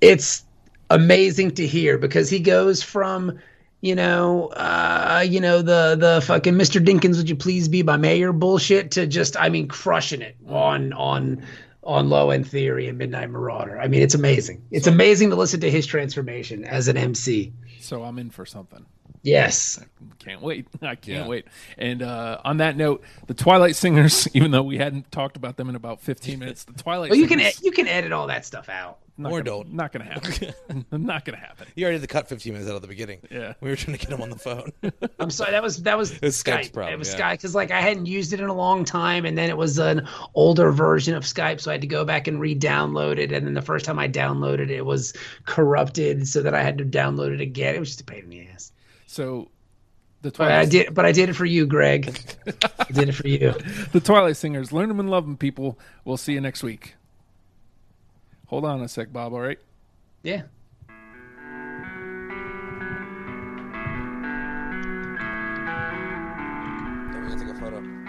it's amazing to hear because he goes from you know uh you know the the fucking Mr. Dinkins would you please be my mayor bullshit to just I mean crushing it on on on low end theory and midnight marauder i mean it's amazing it's amazing to listen to his transformation as an mc
so I'm in for something.
Yes.
Can't wait. I can't
Yeah.
wait. And uh, on that note, the Twilight Singers, even though we hadn't talked about them in about 15 minutes, the Twilight
Well, you can
Singers.
you can edit all that stuff out.
not
or
gonna-
don't.
Not going to happen. not going to happen.
You already had to cut 15 minutes out of the beginning.
Yeah.
We were trying to get him on the phone.
I'm sorry. That was that was
was Skype's
Skype.
problem,
It was
yeah.
Skype because like I hadn't used it in a long time, and then it was an older version of Skype, so I had to go back and re-download it. And then the first time I downloaded it, it was corrupted, so that I had to download it again. It was just a pain in the ass.
So the
But
Twilight
I did. But I did it for you, Greg. I did it for you.
the Twilight Singers. Learn them and love them, people. We'll see you next week. Hold on a sec, Bob, all right?
Yeah.
Don't forget to take a photo.